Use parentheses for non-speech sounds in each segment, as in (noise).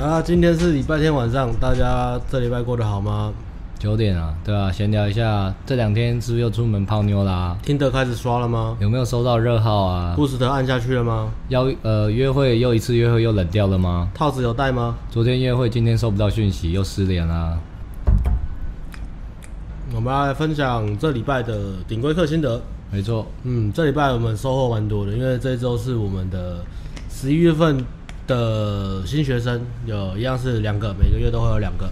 啊，今天是礼拜天晚上，大家这礼拜过得好吗？九点啊，对啊，闲聊一下，这两天是不是又出门泡妞啦、听得开始刷了吗有没有收到热号啊？ ？Boost 按下去了吗？要呃约会又一次约会又冷掉了吗？套子有带吗？昨天约会，今天收不到讯息，又失联啦、啊我们要来分享这礼拜的顶规课心得。没错，嗯，这礼拜我们收获蛮多的，因为这一周是我们的十一月份的新学生，有一样是两个，每个月都会有两个。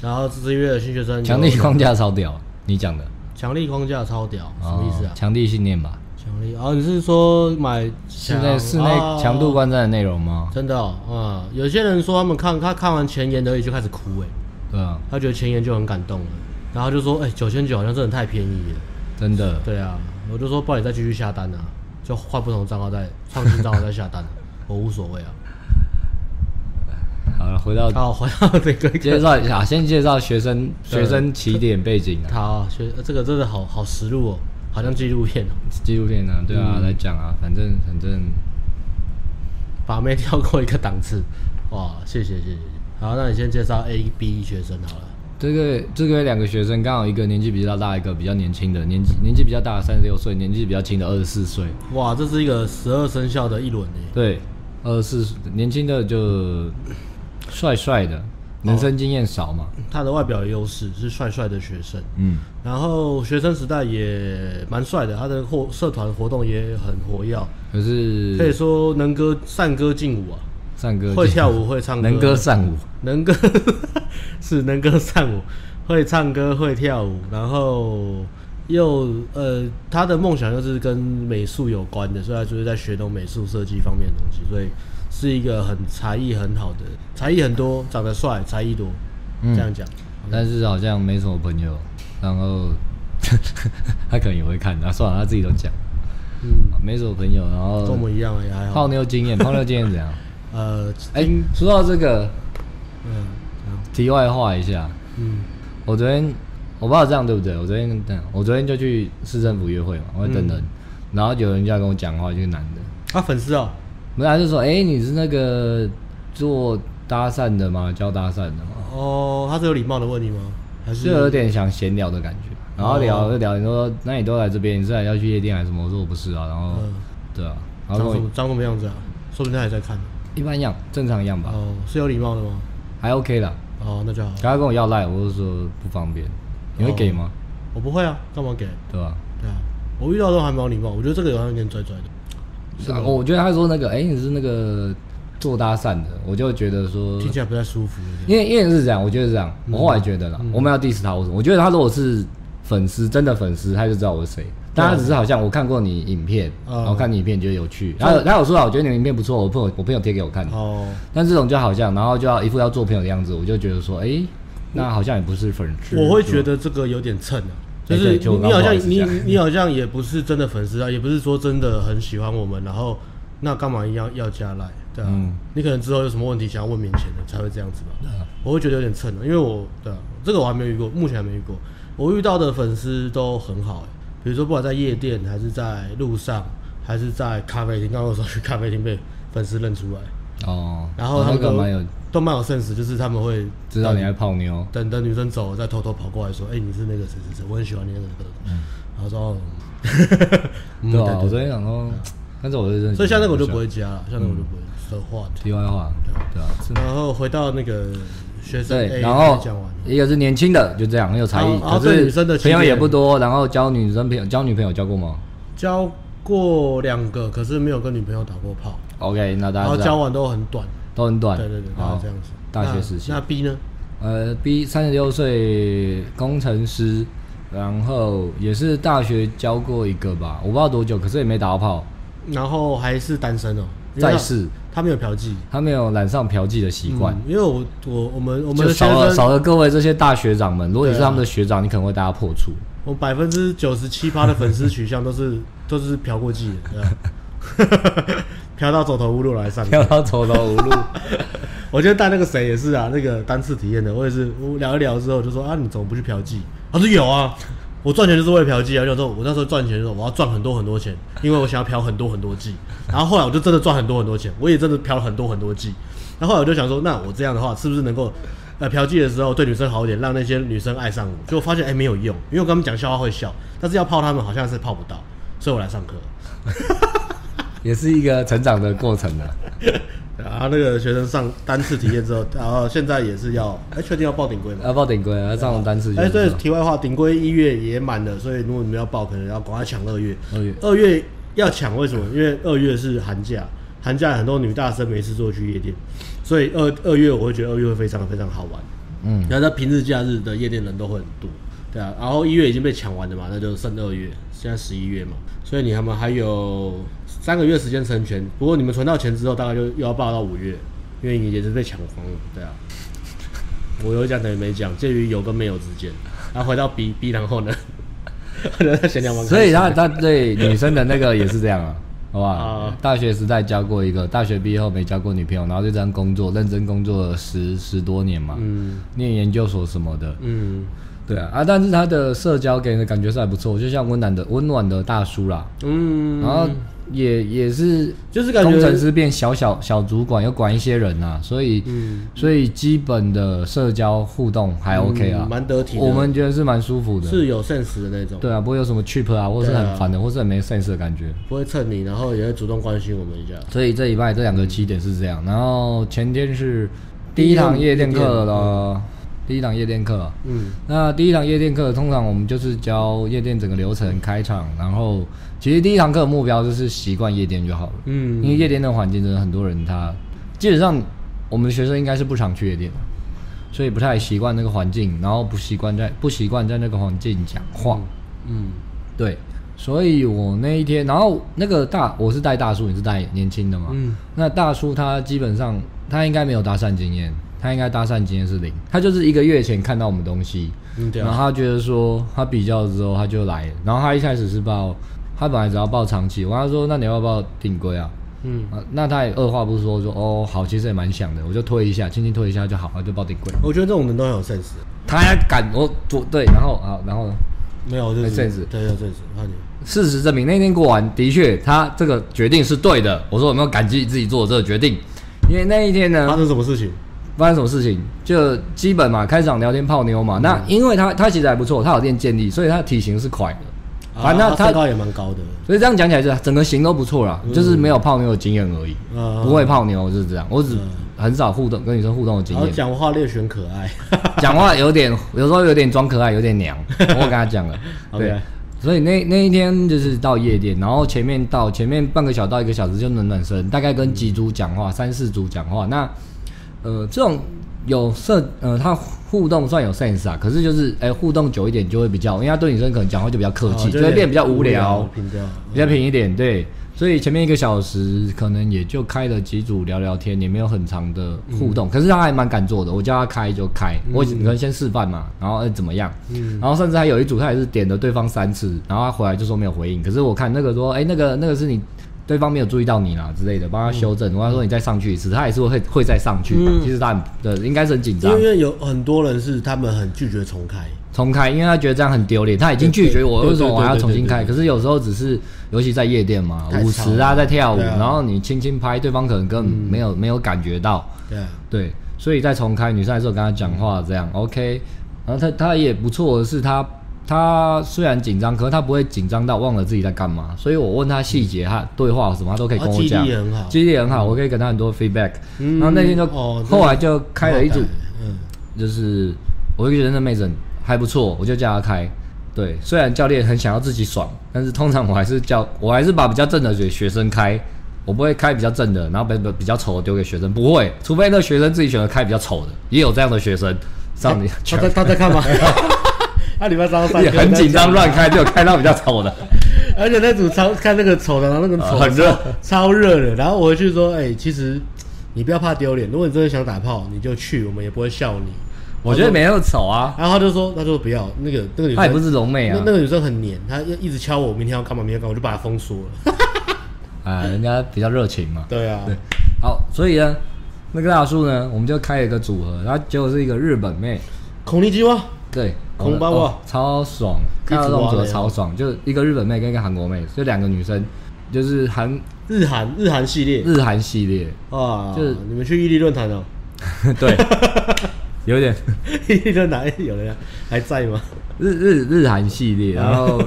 然后这一月的新学生有强力框架超屌，你讲的强力框架超屌，什么意思啊哦？强力信念吧，强力哦，你是说买哦室室内室内强度观战的内容吗？真的哦，啊、有些人说他们看他看完前言而已就开始哭，哎，对啊，他觉得前言就很感动了，然后就说，哎、9九千九好像真的太便宜了。真的，对啊，我就说不然你再继续下单啊，就换不同账号再创新账号再下单、 (laughs) 我无所谓啊。好了，回到好，回到这个介绍一下，先介绍学生对学生起点背景啊，好哦学这个真的好好实录哦，好像纪录片哦，纪录片啊，对嗯啊，来讲啊，反正反正把妹跳过一个档次，哇，谢谢谢谢。好，那你先介绍 A、B 学生好了。这个这个两个学生刚好一个年纪比较大，一个比较年轻的，年纪年纪比较大三十六岁，年纪比较轻的二十四岁。哇，这是一个十二生肖的一轮欸诶，对，二十四年轻的就帅帅的，人生经验少嘛。他的外表有优势是帅帅的学生，嗯，然后学生时代也蛮帅的，他的活社团活动也很活跃，可可以是说能歌善歌劲舞啊，善哥会跳舞会唱歌，能歌善舞，能歌 (laughs) 是能歌善舞，会唱歌会跳舞，然后又呃他的梦想又是跟美术有关的，所以他就是在学懂美术设计方面的东西，所以是一个很才艺很好的，才艺很多，长得帅，才艺多，这样讲。但是好像没什么朋友。然后 (laughs) 他可能也会看，然后算了，他自己都讲，嗯，没什么朋友。然跟我后们一样也还好。泡妞经验，泡妞经验怎样？ (laughs) 呃，哎、说到这个，嗯，题外话一下，嗯，我昨天我不知道这样对不对，我昨天这样我昨天就去市政府约会嘛，我在等人，嗯然后有人就要跟我讲话，一个男的，啊，粉丝哦，然后他就说：“哎、你是那个做搭讪的吗？教搭讪的吗哦，他是有礼貌的问你吗？还？”就是有点想闲聊的感觉，然后聊就聊，你说那你都来这边，你是来要去夜店还是什么？我说我不是啊，然后、嗯对啊，然长后什跟我么长什么样子啊？说不定他也在看。一般一样，正常一样吧，哦，是有礼貌的吗？还 OK 啦。哦，那就好。然后他跟我要赖，我就说不方便，你会哦给吗？我不会啊，干嘛给？对吧、对啊，我遇到的都还蛮有礼貌，我觉得这个有点拽拽的。是啊，我觉得他说那个，哎、你是那个做搭讪的，我就觉得说，听起来不太嗯舒服。有点嗯因为因为是这样，我觉得是这样，我后来觉得啦，我们要 diss 他，我我觉得他如果是粉丝，真的粉丝，他就知道我是谁。但他只是好像我看过你影片，嗯然后看你影片觉得有趣，然后他有说啊，我觉得你的影片不错，我朋友我朋友贴给我看的。哦，但这种就好像，然后就要一副要做朋友的样子，我就觉得说，哎、那好像也不是粉丝。我会觉得这个有点蹭啊。就哎是对你就你好不好像意思你讲你好像也不是真的粉丝啊，也不是说真的很喜欢我们，然后那干嘛要要加来？对啊，嗯你可能之后有什么问题想要问面前的才会这样子吧。我会觉得有点蹭啊，因为我对啊，这个我还没遇过，目前还没遇过。我遇到的粉丝都很好、欸，比如说不管在夜店，还是在路上，还是在咖啡厅。刚刚我说去咖啡厅被粉丝认出来，哦，然后他那们个都蛮有都蛮有 sense，就是他们会知道你在泡妞，等等女生走了，再偷偷跑过来说：“哎、你是那个谁谁谁，我很喜欢你那个那个。然后说：“ (laughs) 哦嗯嗯对吧、啊我昨天想说，但是我就认识，所以像那个我就不会加嗯了，像那个我就不会说话题。题外话，对啊，是然后回到那个学生 A，对，然后哎讲完了，一个是年轻的，就这样很有才艺，然后可对是女生的朋友经验也不多，然后交女生朋友交女朋友交过吗交过两个，可是没有跟女朋友打过炮， ？OK，那大然家后知哦交道往都很短。都很短，对对对，大好概这样子。大学那时期那 B 呢？呃，B 三十六岁工程师，然后也是大学交过一个吧，我不知道多久，可是也没打到炮，然后还是单身哦，因为在他世，他没有嫖妓。他没有染上嫖妓的习惯嗯。因为我我我们嗯我们就的学少了生，少了各位这些大学长们，如果你是对啊他们的学长，你可能会大家破 (laughs) 处。我百分之九十七趴的粉丝取向都是都是嫖过妓的，对吧 (laughs) 嫖到走投无路来上。跳到走投无路。 (laughs) 我今天带那个谁也是啊，那个单次体验的，我也是我聊一聊之后就说啊，你怎么不去嫖妓？他说有啊，我赚钱就是为了嫖妓啊。我就说我那时候赚钱的时候，我要赚很多很多钱，因为我想要嫖很多很多妓。然后后来我就真的赚很多很多钱，我也真的嫖了很多很多妓。那后来我就想说，那我这样的话是不是能够，呃，嫖妓的时候对女生好一点，让那些女生爱上我？就发现哎、没有用，因为我跟他们讲笑话会笑，但是要泡他们好像是泡不到，所以我来上课。也是一个成长的过程啊。然后那个学生上单次体验之后，然后现在也是要哎，确定要报顶规吗？要报顶规，要上单次就哎，知道。对，题外话，顶规一月也满了，所以如果你们要报，可能要赶快抢二月。二月二月要抢，为什么？因为二月是寒假，寒假很多女大生没事做去夜店，所以二二月我会觉得二月会非常非常好玩。嗯，然后在平日假日的夜店人都会很多，对啊。然后一月已经被抢完了嘛，那就剩二月，现在十一月嘛，所以你他们还有三个月时间成全。不过你们存到钱之后，大概就又要报到五月，因为你也是被抢光了，对啊。我有讲等于没讲，介于有跟没有之间。然后回到 B B，然后呢， (laughs) 然后闲聊完开始，所以他他对女生的那个也是这样啊，好不好啊？大学时代交过一个，大学毕业后没交过女朋友，然后就这样工作，认真工作了十十多年嘛，嗯念研究所什么的，嗯对啊啊，但是他的社交给人的感觉是还不错，就像温暖的温暖的大叔啦，嗯，然后也也是就是感觉哦工程师变小小小主管，要管一些人啊，所以、嗯所以基本的社交互动还 OK 啊嗯，蛮得体的我们觉得是蛮舒服的，是有 sense 的那种，对啊，不会有什么 cheap 啊，或是对啊很烦的，或是很没 sense 的感觉。啊不会蹭你，然后也会主动关心我们一下。所以这礼拜这两个起点是这样，然后前天是第一堂夜店课了，第一堂夜店课。嗯那第一堂夜店课，通常我们就是教夜店整个流程、开场，然后其实第一堂课的目标就是习惯夜店就好了。嗯因为夜店的环境真的很多人他基本上我们的学生应该是不常去夜店的，所以不太习惯那个环境，然后不习惯在不习惯在那个环境讲话。嗯对，所以我那一天，然后那个大我是带大叔，你是带年轻的嘛？嗯那大叔他基本上他应该没有搭讪经验，他应该搭讪经验是零，他就是一个月前看到我们东西，嗯，对然后啊，他觉得说他比较之后他就来了，然后他一开始是报，他本来只要报长期，我跟他说那你要不要报定规啊？嗯。啊，那他也二话不说说哦好，其实也蛮想的，我就推一下，轻轻推一下就好，他就报定规。我觉得这种人都很有 sense，他还敢我做对，然后啊，然后呢？没有就是很 sense 对，有 sense。看你，事实证明，那天过完的确他这个决定是对的。我说有没有感激自己做的这个决定？因为那一天发呢，生什么事情？发生什么事情就基本嘛，开场聊天泡妞嗯嘛。那因为他他其实还不错，他有练健力，所以他体型是快的。反正啊他身高也嗯蛮高的，所以这样讲起来是整个型都不错啦，就是没有泡妞的经验而已，嗯不会泡妞就是这样。我只嗯很少互动跟女生互动的经然后验，啊讲话略显可爱。 (laughs) 讲话有点，有时候有点装可爱，有点娘。我跟他讲了， OK 对。所以那那一天就是到夜店，然后前面到前面半个小到一个小时就暖暖身，大概跟几组讲嗯话，三四组讲话。那呃，这种有社呃，他互动算有 sense 啊，可是就是哎、互动久一点就会比较，因为他对女生可能讲话就比较客 (laughs) 气，哦就会变比较无聊，平调。比较平一点，对。所以前面一个小时可能也就开了几组聊聊天，也没有很长的互动。可是他还蛮敢做的，我叫他开就开，我可能先示范嘛，然后、呃怎么样，然后甚至还有一组他也是点了对方三次，然后他回来就说没有回应。可是我看那个说，哎、那个那个是你对方没有注意到你啦之类的，帮他修正。我跟他说你再上去一次，他也是会会再上去。其实他很对，应该是很紧张因，为有很多人是他们很拒绝重开，重开，因为他觉得这样很丢脸，他已经拒绝我，对对为什么我还要对对对重新开？对可是有时候只是，尤其在夜店嘛，太吵了舞池啊，在跳舞，对啊嗯然后你轻轻拍，对方可能根本没有、没有感觉到，对啊，对，所以再重开，女生还是有跟他讲话这样，OK，然后他他也不错的是他。他虽然紧张，可是他不会紧张到忘了自己在干嘛。所以我问他细节、他对话什么，他都可以跟我啊讲。记忆力很好记忆力很好，我可以给他很多 feedback。嗯然后那天就、哦真的后来就开了一组很好带，嗯，就是我就觉得那妹子还不错，我就叫她开。对，虽然教练很想要自己爽，但是通常我还是叫我还是把比较正的学学生开，我不会开比较正的，然后把比较丑的丢给学生，不会，除非那学生自己选择开比较丑的，也有这样的学生上你、他在他在 (laughs) 干嘛？他礼拜三要上课也很紧 (laughs) 张，乱开，就开到比较丑的。而且那组超看那个丑的，然后那个丑啊很热，超热的。然后我回去说，哎，其实你不要怕丢脸，如果你真的想打炮，你就去，我们也不会笑你。我觉得没那么丑啊，然后他就说，他就说不要那个那个女生，她也不是龙妹啊那，那个女生很黏，她一一直敲我，明天要干嘛，明天要干嘛，我就把她封锁了。 (laughs) 啊，人家比较热情嘛。对啊，好，所以呢，那个大叔呢，我们就开了一个组合，然后结果是一个日本妹。孔令基哇，对，空包啊哦超爽，看到这种组合超爽，就一个日本妹跟一个韩国妹，就两个女生，就是韩日韩日韩系列日韩系列， (laughs) 啊，就是你们去伊利论坛哦， (laughs) 对，有点伊利论坛有人还在吗？日日日韩系列，啊然后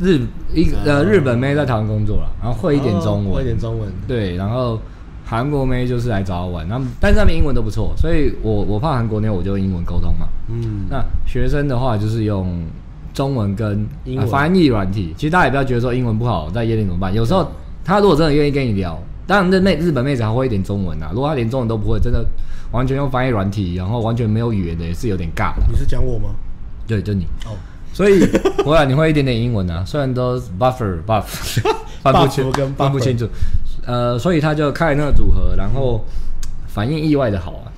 日一个呃日本妹在台湾工作了，然后会一点中文，哦会一点中文，对，然后韩国妹就是来找我玩，他们但是他们英文都不错，所以我我怕韩国妞，我就用英文沟通嘛。嗯，那学生的话就是用中文跟英文呃翻译软体，其实大家也不要觉得说英文不好在夜店怎么办，有时嗯候他如果真的愿意跟你聊，当然那妹日本妹子还会一点中文啊，如果她连中文都不会，真的完全用翻译软体，然后完全没有语言的也是有点尬的。你是讲我吗？对，就你。哦，所以我俩你会一点点英文 (laughs) 啊，虽然都是 buffer buff 翻不清 Buff 跟 buffer 翻不清楚，呃，所以他就开了那个组合，然后嗯反应意外的好啊，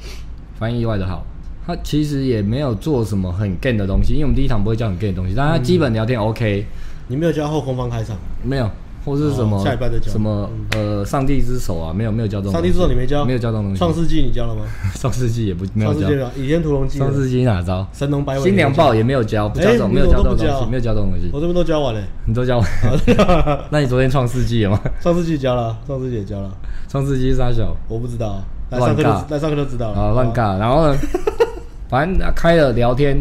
反应意外的好。他其实也没有做什么很 gay 的东西，因为我们第一场不会教很 gay 的东西，但嗯他基本聊天 OK，、你没有教后空方开场，没有或是什么、哦下一班再教嗯什么呃上帝之手啊，没有没有教这种东上西，帝之手你没教，没有教这种东西，创世纪你教了吗？上世纪也不没有创世教纪，没有，倚天屠龙记，上世纪哪招？神农百尾，新娘报也没有教，不教这种，哎没有教这种你怎么都不东教哦西，没有教这种东西，我这边都教完 (laughs) 了，你都教完。那你昨天创世纪了吗？ (laughs) 上世纪教了，上世纪也教了，创世纪杀小我不知道，来乱上课就尬来上课就知道了，啊，乱哦尬。然后呢， (laughs) 反正开了聊天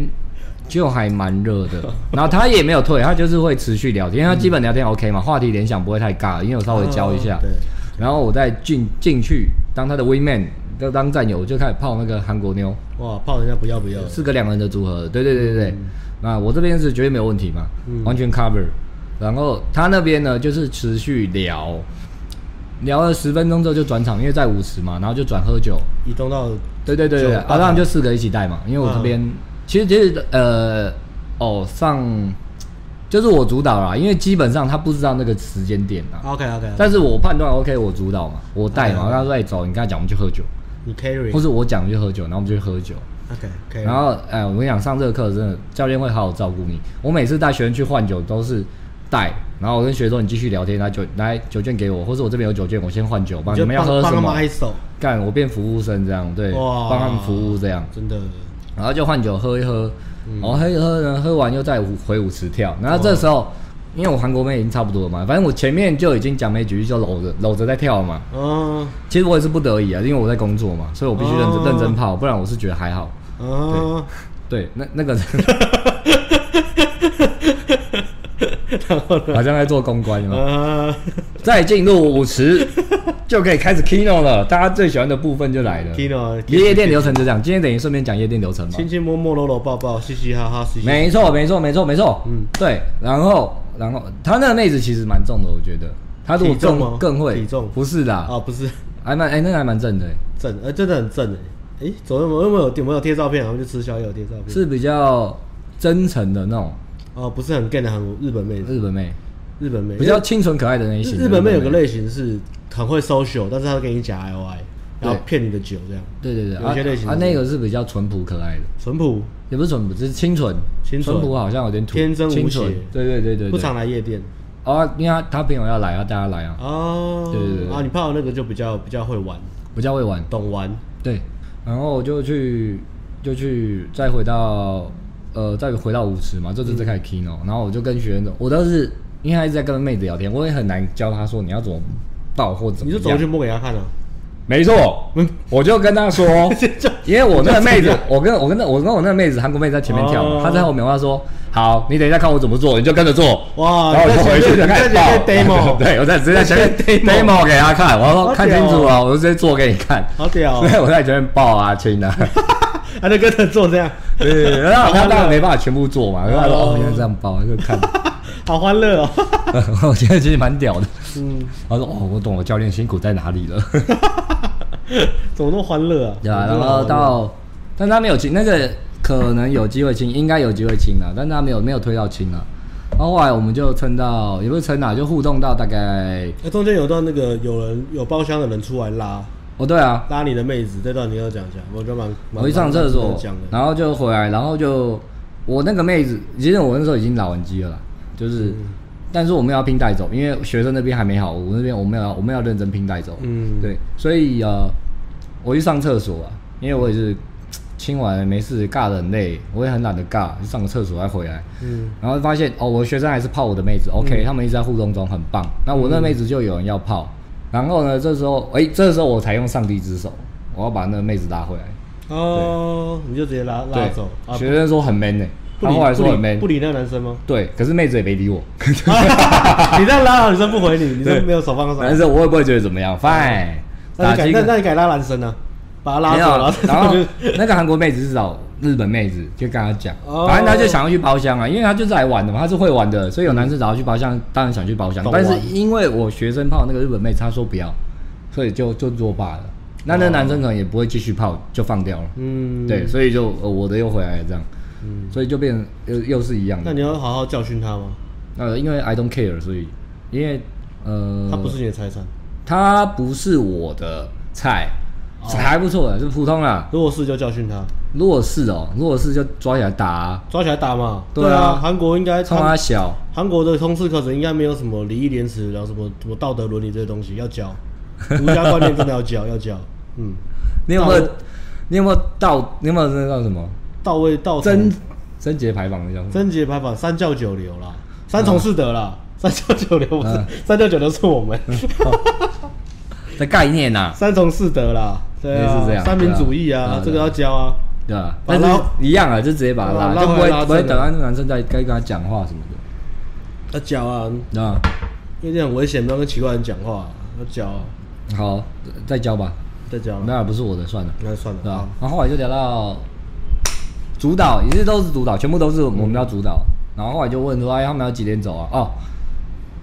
就还蛮热的。然后他也没有退，他就是会持续聊天，因为他基本聊天 OK 嘛，话题联想不会太尬，因为我稍微教一下哦。对，然后我再进进去当他的 w man，就当战友，我就开始泡那个韩国妞。哇，怕人家不要不要，是个两人的组合，对对对对对。那我这边是绝对没有问题嘛，完全 cover。然后他那边呢，就是持续聊，聊了十分钟之后就转场，因为在舞池嘛，然后就转喝酒。移动到对对对对，酒对吧啊，当然就四个一起带嘛，因为我这边、其实其实呃，哦上就是我主导啦，因为基本上他不知道那个时间点啊， OK OK，但是我判断 OK，我主导嘛，我带嘛，嗯我跟他说哎走，你跟他讲我们去喝酒，你 carry 或是我讲我们去喝酒，然后我们就去喝酒。 OK carry，然后，哎，我跟你讲，上这个课真的教练会好好照顾你。我每次带学生去换酒都是带，然后我跟学生说你继续聊天，来酒来酒券给我，或者我这边有酒券，我先换酒吧。你你就们要帮喝帮什他么们？一手，干，我变服务生这样，对，哇帮他们服务这样，真的，然后就换酒喝一喝，嗯然后喝一喝呢，喝完又再舞回舞池跳。然后这时候，因为我韩国妹已经差不多了嘛，反正我前面就已经讲没几句就搂着搂着在跳了嘛。嗯其实我也是不得已啊，因为我在工作嘛，所以我必须认真、哦认真泡，不然我是觉得还好。嗯，对，那那个 (laughs) (laughs) 然后呢，好像在做公关嘛。嗯，再进入舞池，就可以开始 kino 了。大家最喜欢的部分就来了。 Kino，夜店流程就这样。今天等于顺便讲夜店流程嘛亲。亲摸摸搂搂抱抱，嘻嘻哈哈，嘻嘻，没错，没错，没错，没错。嗯嗯，对。然后，然后她那个妹子其实蛮重的，我觉得。她如果体重吗更更会体重不是啦，啊，不是还蛮哎，那个还蛮正的，正，呃，真的很正哎，哎，昨天我有没有有没有贴照片啊？我们去吃宵夜有贴照片，是比较真诚的那种哦，不是很 gay 的韩国日本妹，日本妹，日本妹比较清纯可爱的类日型的。日本妹有个类型是很会 social，但是她会给你假 IY，然后骗你的酒这样，对对对，有些类型啊啊是那个是比较淳朴可爱的。淳朴，也不是淳朴，只是清纯。清纯淳朴好像有点土，天真无邪清纯对对对对不对。常来夜店啊，因为他他朋友要来啊，大家来啊，哦，对对对对啊，你泡的那个就比较比较会玩，比较会玩。懂玩，对，然后我就去就去再回到呃再回到舞池嘛，这次再开始 kino，、然嗯后我就跟学员，我都是因为他一直在跟妹子聊天，我也很难教他说你要怎么抱或怎你么就样。走过去摸给她看啊，没错，嗯我就 (laughs) 跟他说，因为我那个妹子，我跟我跟那我跟我那个妹子韩国妹在前面跳哦嘛，她在后面，我跟她说好，你等一下看我怎么做，你就跟着做。哇然后我就回去你就在开前始面报你在前面 demo (laughs) 对，我在直接在前面你在前面 demo 给她看，我好说看屌清哦楚了，我就直接做给你看。好 (laughs) 屌哦，对，我在前面报啊，亲 (laughs) 啊，她就跟着做这样，对，然后她当然没办法全部做嘛，然后她说哦哦，原来这样报，就看。 (laughs) 好欢乐哦，我觉得其实蛮屌的。嗯，她说哦，我懂我教练辛苦在哪里了。 (laughs) 怎么那么欢乐啊？对啊，怎然么那么欢后乐到，但他没有清，那个可能有机会清，应该有机会清了，但他没有没有推到清了。然后后来我们就撑到，也不是撑啦，就互动到大概，那中间有段那个有人有包厢的人出来拉哦对啊，拉你的妹子，这段你要讲一下，我觉得蛮蛮我去上厕蛮所值得讲，的，然后就回来，然后就我那个妹子，其实我那时候已经老完机了啦，就是，但是我们要拼带走，因为学生那边还没好，我那边我们要我们要认真拼带走，嗯对，所以呃，我去上厕所啊，因为我也是清完没事，尬得很累，我也很懒得尬，就上个厕所再回来。嗯，然后发现哦，我的学生还是泡我的妹子，OK，、他们一直在互动中，很棒。那我那妹子就有人要泡，然后呢，这时候哎、这时候我才用上帝之手，我要把那妹子拉回来。哦，你就直接拉拉对走啊？学生说很 man 呢、不他理后来说不很理 man，不理那个男生吗？ (laughs) 对，可是妹子也没理我。你这样拉到女生不回你，女 (laughs) 对生没有手放到男上，生我也不会觉得怎么样，fine，那你打改击那那你改拉男生呢？啊把他拉没走，有，啊 (laughs) 然然后后就那个韩国妹子是找日本妹子，就跟她讲，哦反正她就想要去包厢啊，因为她就是来玩的嘛，她是会玩的，所以有男生找她去包厢，当然想去包厢懂，但是玩因为我学生泡那个日本妹子，她说不要，所以就就作罢了。那那男生可能也不会继续泡，就放掉了。嗯，对，所以就、呃我的又回来了这样，所以就变又又是一样那的。你要好好教训他吗？呃，因为 I don't care，所以因为呃，他不是你的财产，嗯它不是我的菜，哦还不错的，就普通啦。如果是就教训他，如果是哦，如果是就抓起来打、啊，抓起来打嘛。对啊对韩国应该冲他他们小，韩国的通识课程应该没有什么礼义廉耻，然后什么什么道德伦理这些东西要 (laughs) 教，儒家观念真的要教，要教。嗯，你有没有到？你有没有到？你有没有那叫什么？到位到贞贞洁牌坊那叫什么？贞洁牌坊，三教九流啦，嗯三从四德啦，三教九流不是、三教九流是我们，嗯的概念呐、三从四德啦，对啊，类似这样三民主义啊，对啊这个要教啊。对吧？把但他是一样啊，就直接把他把他拉，拉就不回会来拉不会正的等到那男生在该跟他讲话什么的，要教啊，对吧？因为这样很危险，不要跟奇怪人讲话、要教、啊，好，再教吧，再教、那啊，也不是我的，算了。那算了，对啊啊，，然后后来就聊到主导，也是都是主导，全部都是我们要主导。然后后来就问说，哎，他们要几点走啊？哦，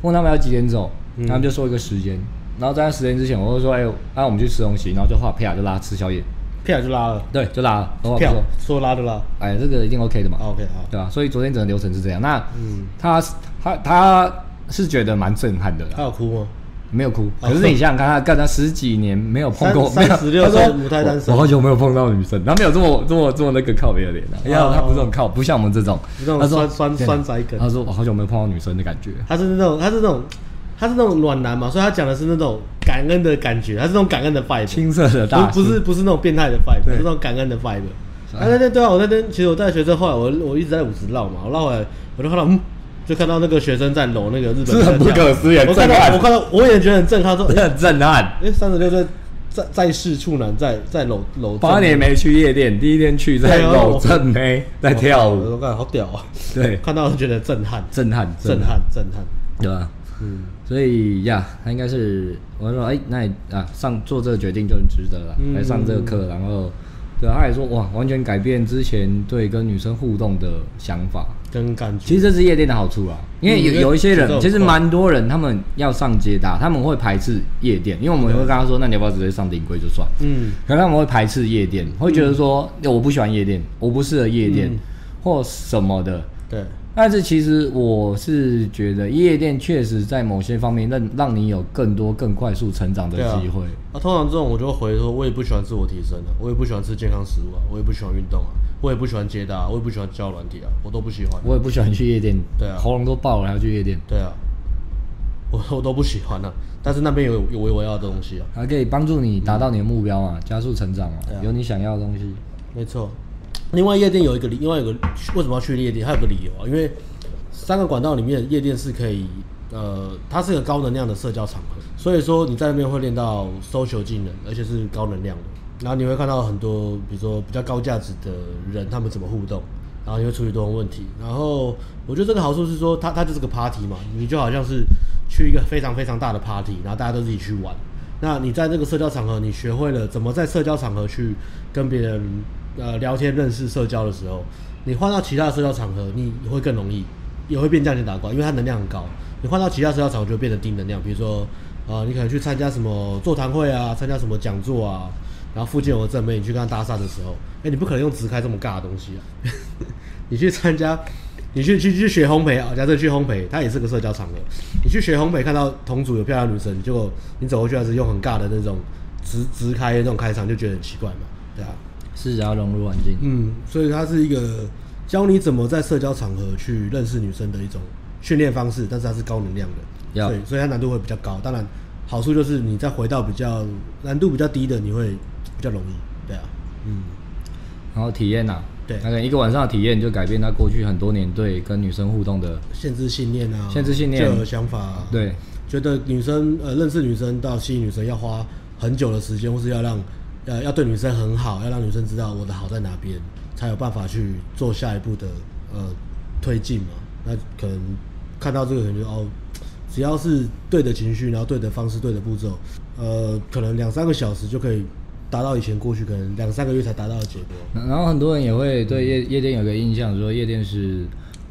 问他们要几点走，嗯他们就说一个时间。然后在那时间之前，我就说，哎，那、我们去吃东西，然后就画啪就拉吃宵夜，票就拉了，对，就拉了。然后我就票说，说拉就拉、啊、哎，这个一定 OK 的嘛， ，OK 好，对吧、所以昨天整个流程是这样。那嗯，他他他是觉得蛮震撼的啦他，有哭吗？没有哭。可是你想想看，他干他十几年没有碰过，哦三没有36他说岁母胎单身我我好久没有碰到女生，他没有这么这么这么那个靠别的脸了，因为他不是很靠，不像我们这种，哦这种他说酸酸对酸仔梗哦他说我好久没有碰到女生的感觉，他是那种，他是那种，他是那种暖男嘛，所以他讲的是那种感恩的感觉，他是那种感恩的 vibe，青涩的大不不是不是那种变态的 vibe，是那种感恩的 vibe。啊，那天对啊，我那天其实我带学生，后来我我一直在舞池绕嘛，我绕回来我就看到，嗯，就看到那个学生在搂那个日本，是很不可思议很我看到震撼我看到我也觉得很震撼，说，真的很震撼。哎，三十六岁在在世处男在在搂搂，八年没去夜店，第一天去在对啊搂我正妹，在跳我舞，说看好屌啊，对，看到就觉得震撼，震撼，震撼，震撼，对吧？嗯所以呀，他应该是我说，哎、那你啊上做这个决定就很值得了，嗯来上这个课，然后对，啊他也说哇，完全改变之前对跟女生互动的想法。跟感觉，其实这是夜店的好处啦，啊因为有嗯有一些节奏人，很其实快蛮多人，他们要上街搭，他们会排斥夜店，因为我们会跟他说，那你要不要直接上顶规就算？嗯，可能他们会排斥夜店，会觉得说、我不喜欢夜店，我不适合夜店、嗯或什么的。对，但是其实我是觉得夜店确实在某些方面让让你有更多更快速成长的对啊机会。啊，通常这种我就会回说，我也不喜欢自我提升啊，我也不喜欢吃健康食物啊，我也不喜欢运动啊，我也不喜欢接搭、啊，我也不喜欢交友软体啊，我都不喜欢。我也不喜欢去夜店，对啊喉咙都爆了还要去夜店，对啊，我我都不喜欢啊。但是那边有有我要的东西啊，还可以帮助你达到你的目标嗯嘛，加速成长嘛，啊有你想要的东西。没错。另外夜店有一个理，另外有个为什么要去夜店，还有个理由啊，因为三个管道里面夜店是可以，呃，它是一个高能量的社交场合，所以说你在那边会练到 social 技能，而且是高能量的。然后你会看到很多，比如说比较高价值的人，他们怎么互动，然后你会处理多种问题。然后我觉得这个好处是说，它它就是个 party 嘛，你就好像是去一个非常非常大的 party，然后大家都自己去玩。那你在这个社交场合，你学会了怎么在社交场合去跟别人呃聊天、认识、社交的时候，你换到其他的社交场合，你会更容易，也会变降低打怪，因为它能量很高。你换到其他社交场合就会变得低能量，比如说呃，你可能去参加什么座谈会啊，参加什么讲座啊，然后附近有个正妹，你去跟她搭讪的时候，哎、你不可能用直开这么尬的东西啊。你去参加，你去去去学烘焙啊，假设去烘焙，它也是个社交场合。你去学烘焙，看到同组有漂亮的女生，结果你走过去还是用很尬的那种直直开的那种开场，就觉得很奇怪嘛，对啊。是要融入环境，嗯，所以它是一个教你怎么在社交场合去认识女生的一种训练方式，但是它是高能量的， Yeah. 所以所以它难度会比较高。当然，好处就是你再回到比较难度比较低的，你会比较容易，对啊。哎、然后体验呐、对那个一个晚上的体验就改变他过去很多年对跟女生互动的，限制信念啊，限制信念旧有想法、啊，，对，觉得女生呃认识女生到吸引女生要花很久的时间，或是要让呃要对女生很好，要让女生知道我的好在哪边，才有办法去做下一步的呃推进嘛。那可能看到这个可能就哦，只要是对的情绪，然后对的方式，对的步骤，呃，可能两三个小时就可以达到以前过去可能两三个月才达到的结果。然然后很多人也会对嗯夜夜店有个印象，说夜店是，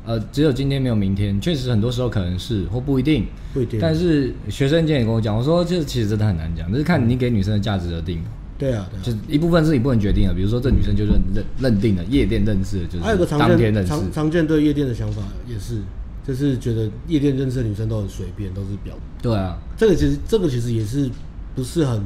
呃，只有今天没有明天，确实很多时候可能是或不一定，不一定但是学生间也跟我讲，我说这其实真的很难讲，就是看你给女生的价值而定，对啊，对啊。就一部分是你不能决定的，比如说这女生就认认认定了夜店认识的，就还有个是常当天认见识，常常见对夜店的想法也是，就是觉得夜店认识的女生都很随便，都是表。对啊，这个其实这个其实也是不是很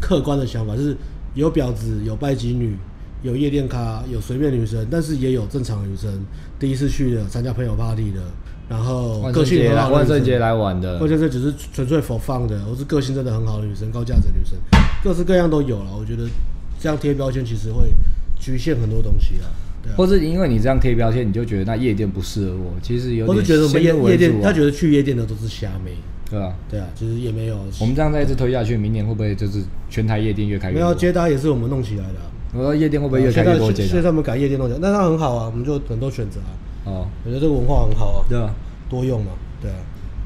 客观的想法，就是有婊子，有拜金女，有夜店咖，有随便女生，但是也有正常的女生，第一次去的，参加朋友 party 的，然后万哦个圣性节很来好的万女生圣节来玩的或，者这只是纯粹否放的，或是个性真的很好的女生，高价值的女生，各式各样都有了。我觉得这样贴标签其实会局限很多东西啦。对啊。或是因为你这样贴标签，你就觉得那夜店不适合我，其实有我点是哦觉得我们夜先入为夜主店，啊他觉得去夜店的都是虾妹，对啊，对啊，就是也没有，我们这样再一直推下去，明年会不会就是全台夜店越开越没多有？哦接搭也是我们弄起来的啊、我说夜店会不会越现开在越多啊街现道？在我们改夜店弄起来，那它很好啊，我们就很多选择啊，哦，我觉得这个文化很好啊，对啊，多用嘛，对啊，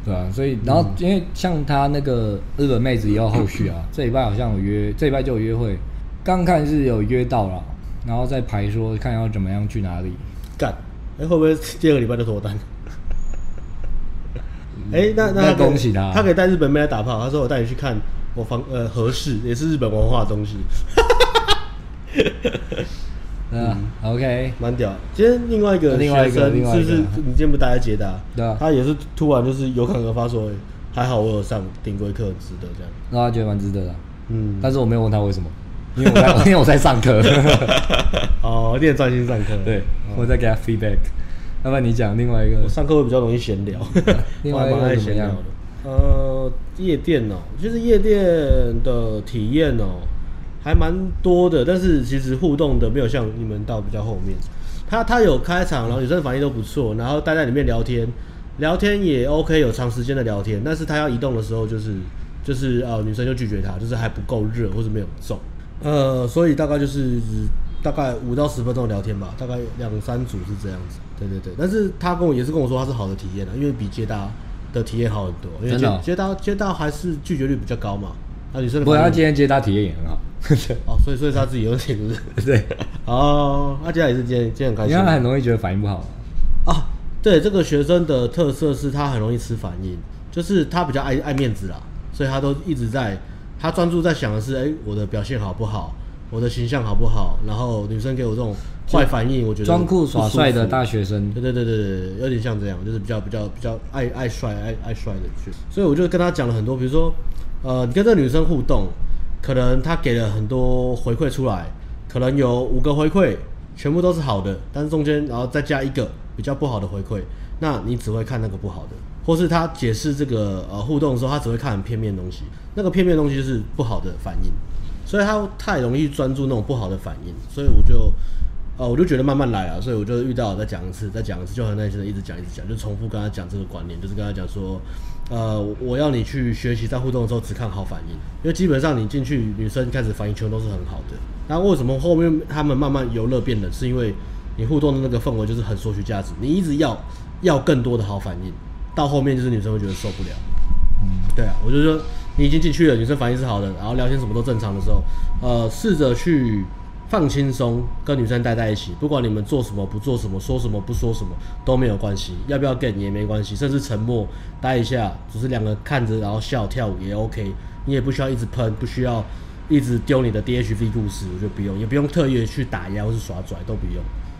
对啊，所以嗯然后因为像他那个日本妹子也有后续 (coughs) 啊，这礼拜好像有约，这礼拜就有约会，刚看是有约到了，然后再排说看要怎么样去哪里。干，哎、会不会第二个礼拜就脱单？哎、那那嗯那他可以恭喜他他可以带日本妹来打炮，他说我带你去看我房呃合适，也是日本文化的东西，对啊、o 嗯 k 蛮屌。今天另外一个哦另外一个学生另外一个是不是你今天不待在捷达？对啊他也是突然就是有感而发说，欸还好我有上顶规课，很值得这样。那他觉得蛮值得的啊，嗯，但是我没有问他为什么， (laughs) 因为我在因为我在上课，哦，你很专心上课。对，我在给他 feedback。要不然你讲另外一个我，上课会比较容易闲聊， (laughs) 另外一个我 (laughs) 还蛮爱闲聊的。呃，夜店哦、就是夜店的体验哦、还蛮多的，但是其实互动的没有像你们到比较后面。他他有开场，然后女生反应都不错，然后待在里面聊天，聊天也 OK，有长时间的聊天，但是他要移动的时候就是就是呃女生就拒绝他，就是还不够热或者没有中，呃，所以大概就是大概五到十分钟的聊天吧，大概两三组是这样子，对对对，但是他跟我也是跟我说他是好的体验啊，因为比接搭的体验好很多，因为真的哦接接搭接搭还是拒绝率比较高嘛，那女生不的过反他应今天接他体验也很 (laughs) 好，哦，所以所以是他自己有点是不是？ (laughs) 对，哦，那接下来也是今天今天很开因心为他很容易觉得反应不好。啊。对，这个学生的特色是他很容易吃反应，就是他比较爱爱面子啦，所以他都一直在他专注在想的是，哎，我的表现好不好，我的形象好不好，然后女生给我这种坏反应，我觉得装酷耍帅的大学。学生，对对对对对，有点像这样，就是比较比较比较爱爱帅爱爱帅的去。所以我就跟他讲了很多，比如说，呃，你跟这个女生互动，可能她给了很多回馈出来，可能有五个回馈，全部都是好的，但是中间然后再加一个比较不好的回馈，那你只会看那个不好的，或是他解释这个呃互动的时候，他只会看很片面的东西，那个片面的东西就是不好的反应，所以他太容易专注那种不好的反应，所以我就。哦，我就觉得慢慢来啊，所以我就遇到我再讲一次，再讲一次，就很耐心的一直讲，一直讲，就重复跟他讲这个观念，就是跟他讲说，呃，我我要你去学习在互动的时候只看好反应，因为基本上你进去女生开始反应全都是很好的，那为什么后面他们慢慢由热变冷，是因为你互动的那个氛围就是很索取价值，你一直要要更多的好反应，到后面就是女生会觉得受不了。对啊，我就说你已经进去了，女生反应是好的，然后聊天什么都正常的时候，呃，试着去放轻松，跟女生待在一起，不管你们做什么、不做什么、说什么、不说什么都没有关系，要不要 get 也没关系，甚至沉默待一下，只是两个看着然后笑跳舞也 OK，你也不需要一直喷，不需要一直丢你的 DHV 故事，我觉得不用，也不用特意地去打压或是耍拽都不用。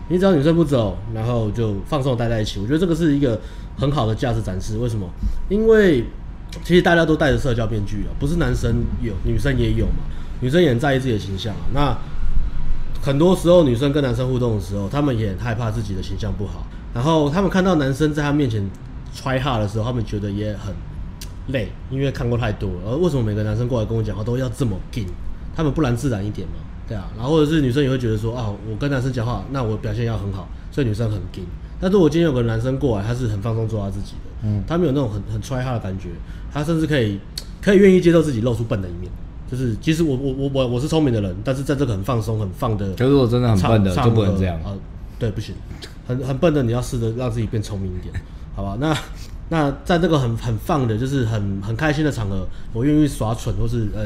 你只要女生不走，然后就放松地待在一起，我觉得这个是一个很好的价值展示。为什么？因为其实大家都戴着社交面具了，不是男生有，女生也有嘛。女生也很在意自己的形象啊。那很多时候女生跟男生互动的时候，他们也很害怕自己的形象不好，然后他们看到男生在他面前揣哈的时候，他们觉得也很累，因为看过太多了。而为什么每个男生过来跟我讲话都要这么劲？他们不然自然一点嘛？对啊，然后或者是女生也会觉得说啊，我跟男生讲话，那我表现要很好，所以女生很硬。但是我今天有个男生过来，他是很放松做他自己的，嗯，他没有那种很很 try 他的感觉，他甚至可以可以愿意接受自己露出笨的一面，就是其实我我我我我是聪明的人，但是在这个很放松很放的可是我真的很笨的，场就不能这样。场合呃对，不行，很很笨的，你要试着让自己变聪明一点，好吧？那那在这个很很放的，就是很很开心的场合，我愿意耍蠢，或是呃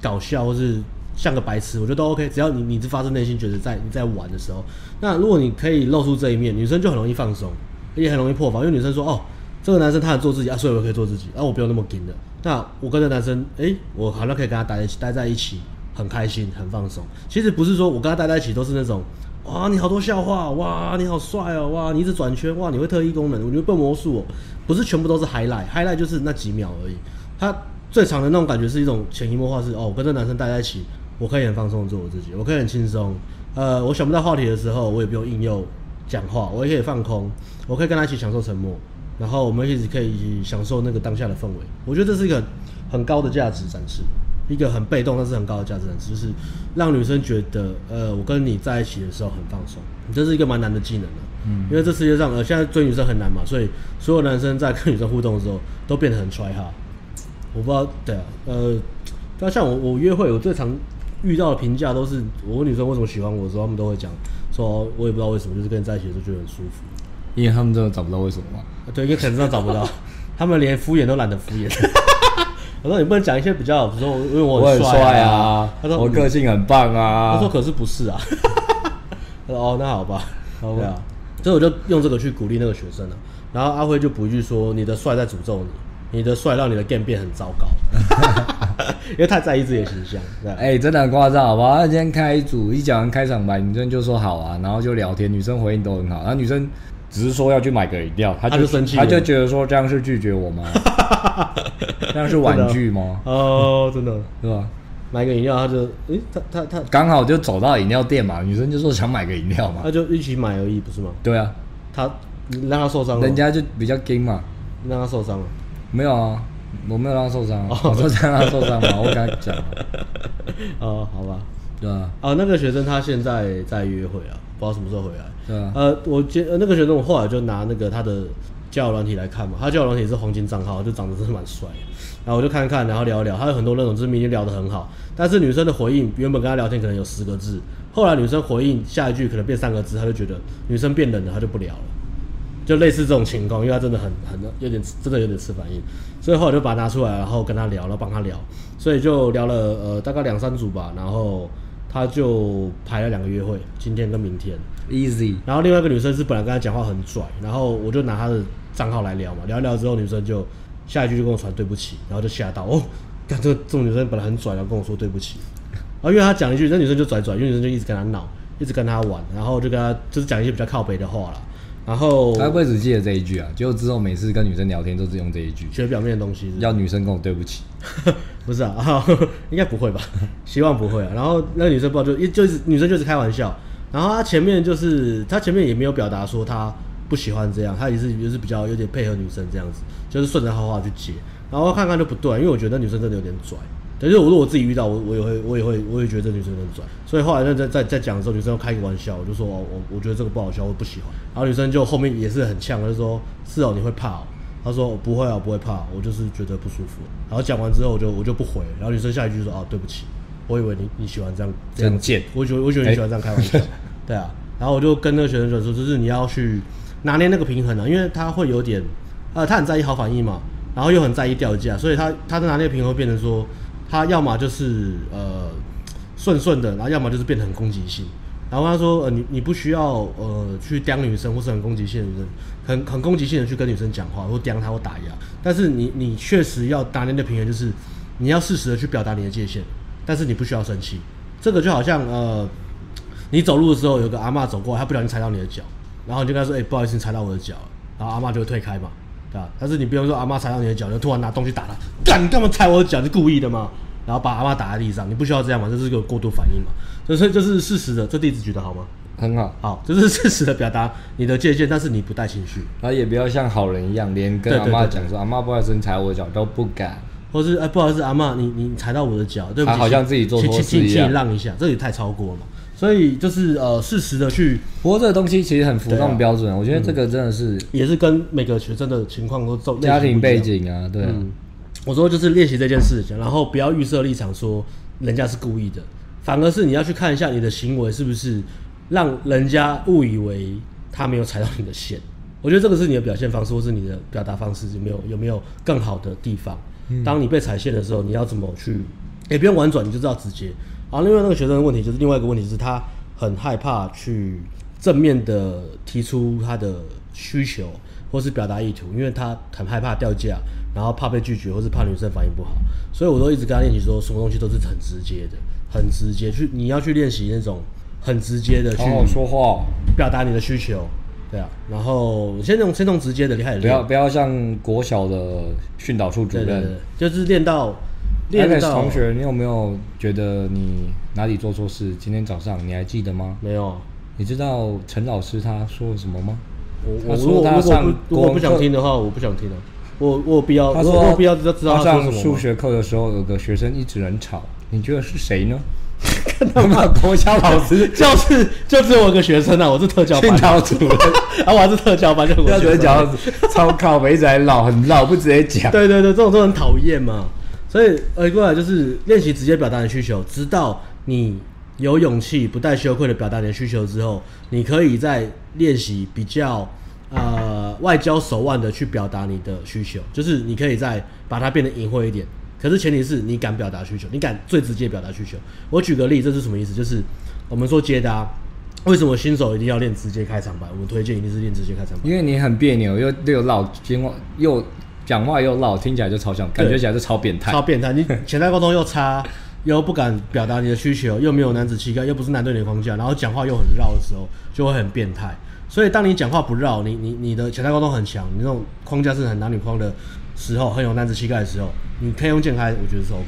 搞笑，或是像个白痴，我觉得都 OK。只要你你是发自内心觉得在你在玩的时候，那如果你可以露出这一面，女生就很容易放松，也很容易破防，因为女生说哦。这个男生他很做自己啊，所以我可以做自己啊，我不用那么紧的。那我跟这男生，诶，我好像可以跟他待在一起，待在一起很开心，很放松。其实不是说我跟他待在一起都是那种，哇，你好多笑话，哇，你好帅哦，哇，你一直转圈，哇，你会特异功能，我觉得笨魔术哦，不是全部都是 highlight，highlight 就是那几秒而已。他最长的那种感觉是一种潜移默化是，哦，我跟这男生待在一起，我可以很放松地做我自己，我可以很轻松。呃，我想不到话题的时候，我也不用硬要讲话，我也可以放空，我可以跟他一起享受沉默。然后我们一直可以享受那个当下的氛围。我觉得这是一个很很高的价值展示，一个很被动但是很高的价值展示，就是让女生觉得，呃，我跟你在一起的时候很放松。这是一个蛮难的技能的、嗯，因为这世界上呃现在追女生很难嘛，所以所有男生在跟女生互动的时候都变得很 try hard。我不知道，对啊，呃，那像我我约会，我最常遇到的评价都是，我问女生为什么喜欢我的时候，她们都会讲说，我也不知道为什么，就是跟你在一起的时候觉得很舒服。因为他们真的找不到为什么嘛。啊对，因为可能真的找 (laughs) 不到，他们连敷衍都懒得敷衍。我说你不能讲一些比较，比如说因为我我很帅帅啊，他说嗯我个性很棒啊。他说可是不是啊？ (laughs) 他说哦，那好吧，好吧对啊，所以我就用这个去鼓励那个学生啊。然后阿辉就补一句说：“你的帅在诅咒你，你的帅让你的 game 变很糟 (laughs) 糕。”因为太在意自己的形象，对啊、哎、真的很夸张，好不好？他今天开一组，一讲完开场白，女生就说好啊，然后就聊天，女生回应都很好，然后女生只是说要去买个饮料，他她就生气了他就觉得说这样是拒绝我吗？ (laughs) 这样是婉拒吗？哦，真的，对吧？买个饮料他就，诶、他他他刚好就走到饮料店嘛，女生就说想买个饮料嘛他，就一起买而已，不是吗？对啊，他你让他受伤了，人家就比较 gay 嘛，你让他受伤了。没有啊，我没有让她受伤啊，我说这样让她受伤嘛，我跟她讲啊， (laughs) 哦，好吧。对啊，啊，那个学生他现在在约会啊，不知道什么时候回来。对啊，呃，我接呃那个学生，我后来就拿那个他的交友软体来看嘛，他交友软体是黄金账号，就长得真的蛮帅的。然后我就看看，然后聊一聊，他有很多那种就是明明聊得很好，但是女生的回应原本跟他聊天可能有十个字，后来女生回应下一句可能变三个字，他就觉得女生变冷了，他就不聊了。就类似这种情况，因为他真的很很有点真的有点吃反应，所以后来就把它拿出来，然后跟他聊，然后帮他聊，所以就聊了呃大概两三组吧，然后他就排了两个约会，今天跟明天， ，easy，然后另外一个女生是本来跟他讲话很拽，然后我就拿她的账号来聊嘛，聊一聊之后，女生就下一句就跟我传对不起，然后就吓到 (laughs) 哦，看这个这种女生本来很拽，然后跟我说对不起，然后因为她讲一句，那女生就哦拽拽，因为女生就一直跟他闹，一直跟他玩，然后就跟他就是讲一些比较靠北的话啦，然后她会只记得这一句啊，结果之后每次跟女生聊天都是用这一句，学表面的东西是不是要女生跟我对不起。 (laughs) 不是啊，啊应该不会吧？ (laughs) 希望不会啊。然后那个女生不知道就一就是女生就是开玩笑，然后她前面就是她前面也没有表达说她不喜欢这样，她也是就是比较有点配合女生这样子，就是顺着她话去接，然后看看就不对，因为我觉得那女生真的有点拽。但是我如果我自己遇到，我我也会我也会我也觉得这女生很拽，所以后来在在在在讲的时候，女生开个玩笑，我就说哦我我觉得这个不好笑，我不喜欢。然后女生就后面也是很呛，就说是哦你会怕哦，他说我不会啊，我不会怕，我就是觉得不舒服。然后讲完之后，我就我就不回。然后女生下一句就说啊，对不起，我以为你你喜欢这样这样真贱我觉得我觉得你喜欢这样开玩笑，对啊。然后我就跟那个学生讲说，就是你要去拿捏那个平衡啊，因为他会有点，呃，他很在意好反应嘛，然后又很在意掉价，所以他他的拿捏平衡会变成说，他要么就是呃顺顺的，然后要么就是变得很攻击性。然后他说，呃，你你不需要呃去刁女生或是很攻击性的女生，很很攻击性的去跟女生讲话或刁她或打压，但是你你确实要拿捏的平衡就是，你要适时的去表达你的界限，但是你不需要生气。这个就好像呃，你走路的时候有个阿嬷走过来，她不小心踩到你的脚，然后你就跟她说：“哎、不好意思，你踩到我的脚了。”然后阿嬷就会退开嘛，对吧？但是你不用说阿嬷踩到你的脚，你就突然拿东西打她，干你干嘛踩我的脚？你故意的嘛？然后把阿嬷打在地上，你不需要这样嘛，这是个过度反应嘛。所以所以就是事实的，这例子举得好吗？很好，好，这是事实的表达你的界限，但是你不带情绪。然后也不要像好人一样，连跟对阿对妈对讲说阿妈不好意思，你踩我脚都不敢。或是哎不好意思阿嬷，你你踩到我的脚，对不起，他好像自己做请错请事请一请样你。让一下，这也太超过了嘛。所以就是呃适时的去，不过这个东西其实很浮对啊嗯动标准，我觉得这个真的是也是跟每个学生的情况都重家庭背。类型不一样嗯景啊，对啊，我说就是练习这件事情，然后不要预设立场说人家是故意的，反而是你要去看一下你的行为是不是让人家误以为他没有踩到你的线。我觉得这个是你的表现方式，或是你的表达方式有没有有没有更好的地方。嗯当你被踩线的时候，你要怎么去？也不用婉转，你就知道直接。啊，另外那个学生的问题就是另外一个问题是他很害怕去正面的提出他的需求或是表达意图，因为他很害怕掉价，然后怕被拒绝，或是怕女生反应不好，所以我都一直跟他练习说，什么东西都是很直接的，很直接去，你要去练习那种很直接的去好好说话，哦表达你的需求，对啊，然后先从先从直接的厉害的不练要，不要像国小的训导处主嗯对对对任。，就是练到练 Alex 到同学，你有没有觉得你哪里做错事？今天早上你还记得吗？没有啊。你知道陈老师他说什么吗？我他我如说果他如果上不如果国不文想课听的话，我不想听了。我我有必要，他我我说有必要知道知道他说上什么数吗？学课的时候，有个学生一直很吵，你觉得是谁呢？ (laughs) 他妈国小老师 (laughs) (laughs) 就是就只有我一个学生啊，我是特教班训的，导主任， (laughs) 啊，我还是特教班，就我不要学直生接讲，超靠北，一直在绕，很绕，不直接讲。对对对，这种都很讨厌嘛。所以呃，过来就是练习直接表达你的需求，直到你有勇气、不带羞愧的表达你的需求之后，你可以再练习比较呃外交手腕的去表达你的需求，就是你可以再把它变得隐晦一点。可是前提是你敢表达需求，你敢最直接表达需求。我举个例，这是什么意思？就是我们说接搭，为什么新手一定要练直接开场白？我们推荐一定是练直接开场白。因为你很别扭，又又绕，听话又讲话又绕，听起来就超像，感觉起来就超变态超。变态。你潜在沟通又差，又不敢表达你的需求，又没有男子气概，又不是男对女的框架，然后讲话又很绕的时候，就会很变态。所以当你讲话不绕，你你你的潜在沟通很强，你那种框架是很男女框的时候，很有男子气概的时候，你可以用健开，我觉得是 OK，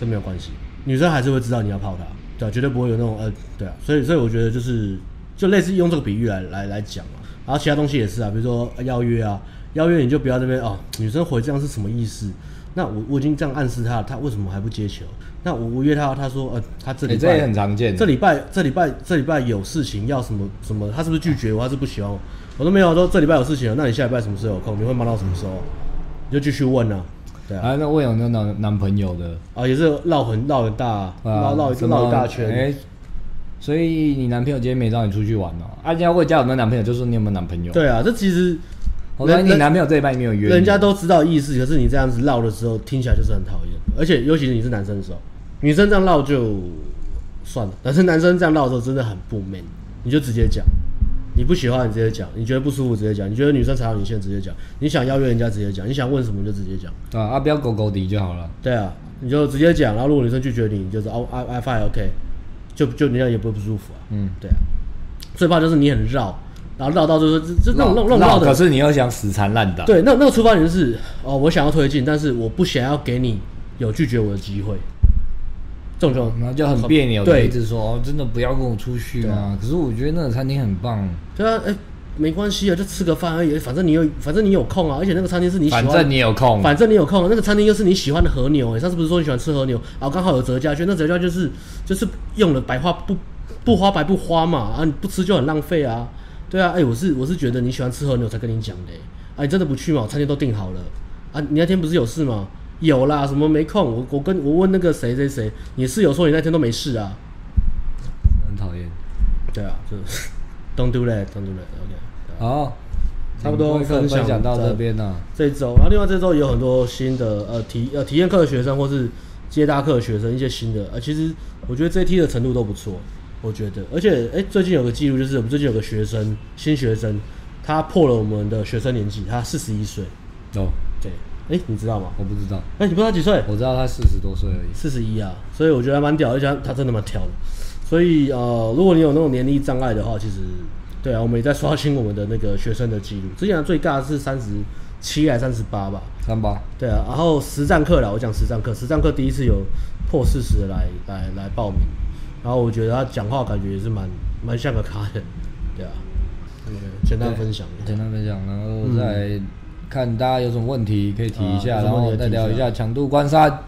这没有关系。女生还是会知道你要泡她，对啊、绝对不会有那种呃，对啊。所以所以我觉得就是就类似用这个比喻来来来讲嘛。然后其他东西也是啊，比如说呃邀约啊，邀约你就不要这边哦，女生回这样是什么意思？那我我已经这样暗示她了，她为什么还不接球？那我我约她，她说呃，她这你、礼拜、哎这也很常见。这礼拜这礼拜这礼拜有事情要什么什么，她是不是拒绝我？她是不喜欢我？我说没有，啊都这礼拜有事情了，那你下礼拜什么时候有空？你会忙到什么时候？啊你就继续问啊，对啊，啊，那我有那男男朋友的，啊也是绕很绕很大啊，啊绕绕什么绕一大圈，哎、所以你男朋友今天没找你出去玩哦？啊，人家问家有没有男朋友，就说你有没有男朋友。，对啊，这其实我说人你人男朋友这一拜没有约你，人家都知道意思，可是你这样子绕的时候，听起来就是很讨厌。而且尤其是你是男生的时候，女生这样绕就算了，但是男生这样绕的时候真的很不 man，你就直接讲，你不喜欢你直接讲，你觉得不舒服直接讲，你觉得女生踩到你线直接讲，你想邀约人家直接讲，你想问什么就直接讲，啊啊，不要狗狗敌就好了。对啊，你就直接讲，然后如果女生拒绝你，你就说哦，I I fine OK，就就人家也不会不舒服啊，嗯，对啊，最怕就是你很绕，然后绕到就是这这那种那种绕绕的可是你又想死缠烂打。，对，那那个出发点是哦，我想要推进，但是我不想要给你有拒绝我的机会，这种就然后就很别扭，对一直说、哦、真的不要跟我出去啊。可是我觉得那个餐厅很棒，对啊，哎、没关系啊，就吃个饭而已，反正你有，反正你有空啊，而且那个餐厅是你喜欢反的，正你有空，反正你有空啊，那个餐厅又是你喜欢的和牛、哎，上次不是说你喜欢吃和牛啊？刚好有折价券，那折价券就是就是用了白花不不花白不花嘛，啊，你不吃就很浪费啊，对啊，哎、我是我是觉得你喜欢吃和牛才跟你讲的、哎啊，你真的不去嘛？我餐厅都订好了啊，你那天不是有事吗？有啦，什么没空？我我跟我问那个谁谁谁，你室友说你那天都没事啊，很讨厌。对啊，就是 (laughs) don't do that，don't do that，OK，、好，差不多我们分分享享到这这边啊了。这一周，然后另外这周也有很多新的呃体呃体验课的学生或是接搭课的学生，一些新的呃，其实我觉得这一批的程度都不错，我觉得，而且哎、最近有个记录就是我们最近有个学生新学生，他破了我们的学生年纪，他四十一岁，哦，对，哎、你知道吗？我不知道，哎、你不知道他几岁？我知道他四十多岁而已。四十一啊，所以我觉得还蛮屌，而且他他真的蛮挑的。所以呃，如果你有那种年龄障碍的话，其实对啊，我们也在刷新我们的那个学生的记录。之前最尬的是三十七还三十八吧，三八，对啊，然后实战课啦，我讲实战课，实战课第一次有破四十的来来来报名，然后我觉得他讲话感觉也是蛮蛮像个咖的，对啊，嗯简单分享一下，简单分享，然后再来看大家有什么问题可以提一下，啊有什然么问题后再聊一提一下强度关山。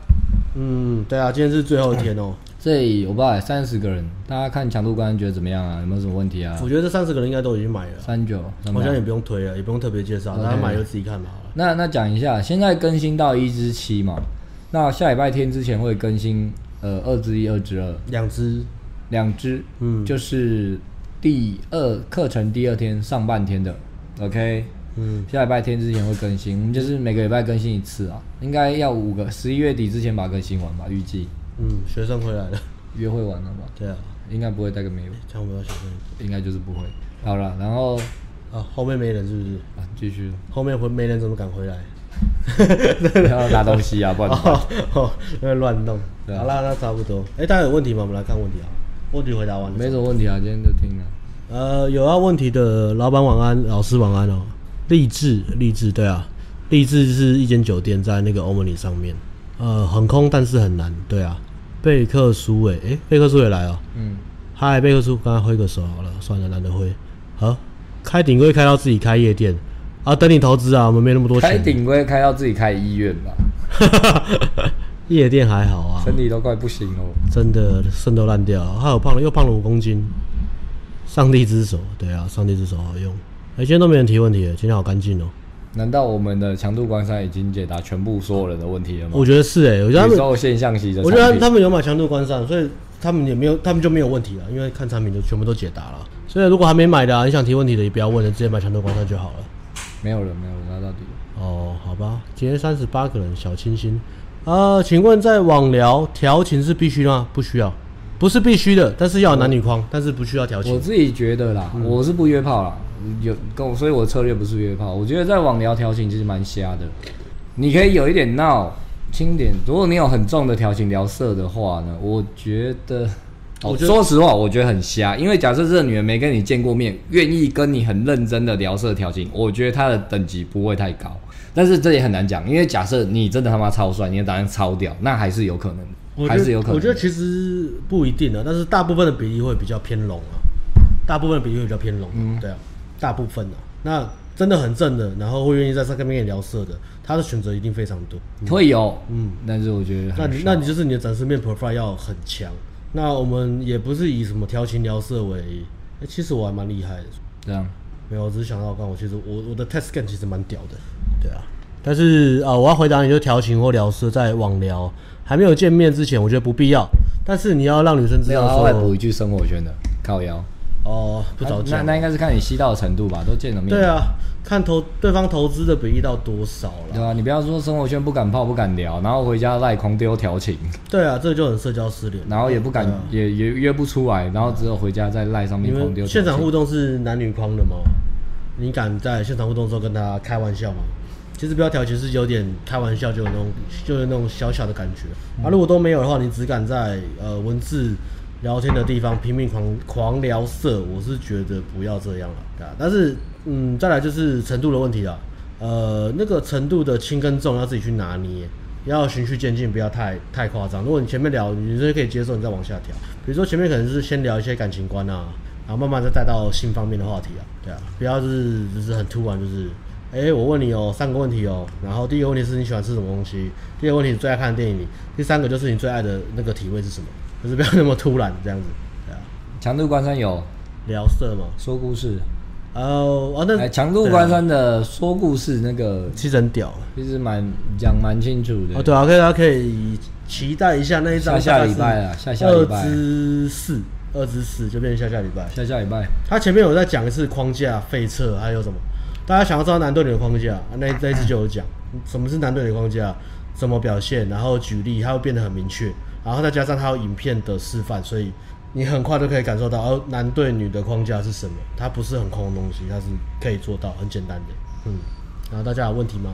嗯，对啊，今天是最后一天哦。这里我不知道三十个人，大家看强度关觉得怎么样啊？有没有什么问题啊我？觉得这三十个人应该都已经买了，三九，三好八像也不用推了，也不用特别介绍，大家买就自己看吧。那那讲一下，现在更新到一至七嘛，那下礼拜天之前会更新呃二至一、二至二两只，两支，嗯就是第二课程第二天上半天的，OK，嗯，下礼拜天之前会更新，我们就是每个礼拜更新一次啊，应该要五个，十一月底之前把它更新完吧，预计嗯，学生回来了，约会完了吧，对啊，应该不会带个没有，这样我们要小心。应该就是不会。好了，然后啊，后面没人是不是？啊继续，后面回没人怎么敢回来？不要拿东西啊，不然怎么办哦，哦因为乱弄。对啊好啦，那差不多。哎、大家有问题吗？我们来看问题啊。问题回答完了。没什么问题啊，今天就听了。呃，有要问题的老板晚安，老师晚安哦。励志，励志，对啊，励志是一间酒店在那个欧 m 里上面，呃，很空但是很难，对啊。贝克苏伟，诶、贝克苏伟来哦。嗯，嗨，贝克叔，刚才挥个手好了，算了，懒得挥。好，开顶规开到自己开夜店啊，等你投资啊，我们没那么多开钱。顶规开到自己开医院吧， (laughs) 夜店还好啊，身体都快不行了。真的肾都烂掉了，还有胖了又胖了五公斤。上帝之手，对啊，上帝之手好用。哎、今天都没人提问题了，今天好干净哦。难道我们的强度关山已经解答全部所有人的问题了吗我？觉得是哎、我觉得他宇们，宙现象级的我觉得产他品，他们有买强度关上，所以他们也没有，他们就没有问题了，因为看产品就全部都解答了。所以如果还没买的、啊，你想提问题的也不要问了，直接买强度关上就好了。没有人，没有人，那到底哦，好吧，今天三十八个人，小清新。呃，请问在网聊调情是必须的吗？不需要，不是必须的，但是要有男女框，但是不需要调我情。自己觉得啦，嗯我是不约炮啦，有跟我，所以我策略不是约炮。我觉得在网聊调情其实蛮瞎的，你可以有一点闹，轻点。如果你有很重的调情聊色的话呢，我觉得。哦我我觉得说实话，我觉得很瞎，因为假设这个女人没跟你见过面，愿意跟你很认真的聊色调情，我觉得她的等级不会太高。但是这也很难讲，因为假设你真的他妈超帅，你的答案超屌，那还是有可能，还是有可能的。我觉得其实不一定啊，但是大部分的比例会比较偏拢啊，大部分的比例会比较偏拢、嗯对啊，大部分啊。那真的很正的，然后会愿意在上面跟你聊色的，他的选择一定非常多。会有，嗯，但是我觉得那很你那你就是你的展示面 profile 要很强。那我们也不是以什么调情聊色为，诶其实我还蛮厉害的。这样。没有，我只是想到，刚我其实我我的 test scan 其实蛮屌的，对啊。但是啊、呃我要回答你，就调情或聊色，在网聊还没有见面之前，我觉得不必要。但是你要让女生知没有，啊道他会补说，一句生活圈的靠腰，哦，不着那讲。那应该是看你吸到的程度吧，都见了面。对，啊，看投对方投资的比例到多少对了。啊，你不要说生活圈不敢泡不敢聊，然后回家赖狂丢调情，对啊，这就很社交失联。然后也不敢、也也约不出来，然后只有回家在赖上啊你面狂丢们调情。现场互动是男女框的吗？你敢在现场互动的时候跟他开玩笑吗？其实不要调情是有点开玩笑，就有那种就是那种小小的感觉。啊，如果都没有的话，你只敢在呃文字聊天的地方拼命狂狂聊色，我是觉得不要这样了，对啊。但是嗯，再来就是程度的问题啦，呃，那个程度的轻跟重要自己去拿捏。要循序渐进，不要太太夸张。如果你前面聊，女生可以接受，你再往下调。比如说前面可能是先聊一些感情观啊，然后慢慢再带到性方面的话题啊，对啊，不要就是就是很突然，就是，哎、我问你哦，三个问题哦，然后第一个问题是你喜欢吃什么东西，第二个问题你最爱看的电影，第三个就是你最爱的那个体位是什么，就是不要那么突然这样子，对啊，强度关山有聊色嘛，说故事，哦、啊，哎，那强度关山的说故事那个其实很屌啊其实蛮讲蛮清楚的。哦，对啊，可以大家可以期待一下那一张，下下礼拜啊下下二礼拜之四，二之四就变成下下礼拜，下下礼拜他前面有在讲一次框架、废测，还有什么？大家想要知道男对女的框架，那那一次就有讲什么是男对女的框架，怎么表现，然后举例，它会变得很明确，然后再加上它有影片的示范，所以你很快就可以感受到，哦，男对女的框架是什么？它不是很空的东西，它是可以做到很简单的。嗯，然后大家有问题吗？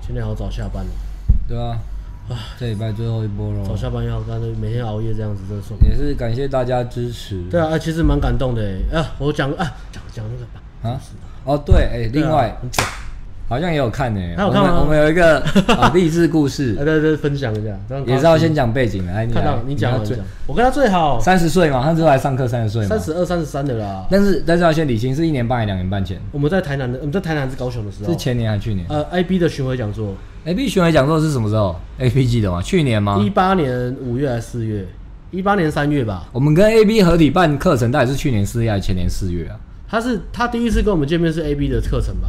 今天好早下班了，对啊，这礼拜最后一波喽早，下班要干脆每天熬夜这样子，真的爽。也是感谢大家支持。对啊，啊其实蛮感欸动的耶。啊，我讲啊，讲讲那个吧。啊，哦对，哎，另外对啊很屌啊好像也有看呢、还有我看们吗我们有一个 (laughs) 啊励志故事，来来来，分享一下，让也是要先讲背景的。哎，你看到来你讲要完讲，我跟他最好三十岁嘛，他之后来上课三十岁嘛，三十二、三十三的啦。但是但是要先理清，是一年半还是两年半前？我们在台南的，我们在台南还是高雄的时候，是前年还是去年呃 IB 的巡回讲座， ？A B 巡回讲座是什么时候？A B 记得吗？去年吗一？八年五月还是四月？一八年三月吧。我们跟 A B 合体办课程，到底是去年四月还是前年四月啊？他是他第一次跟我们见面是 AB 的课程吧？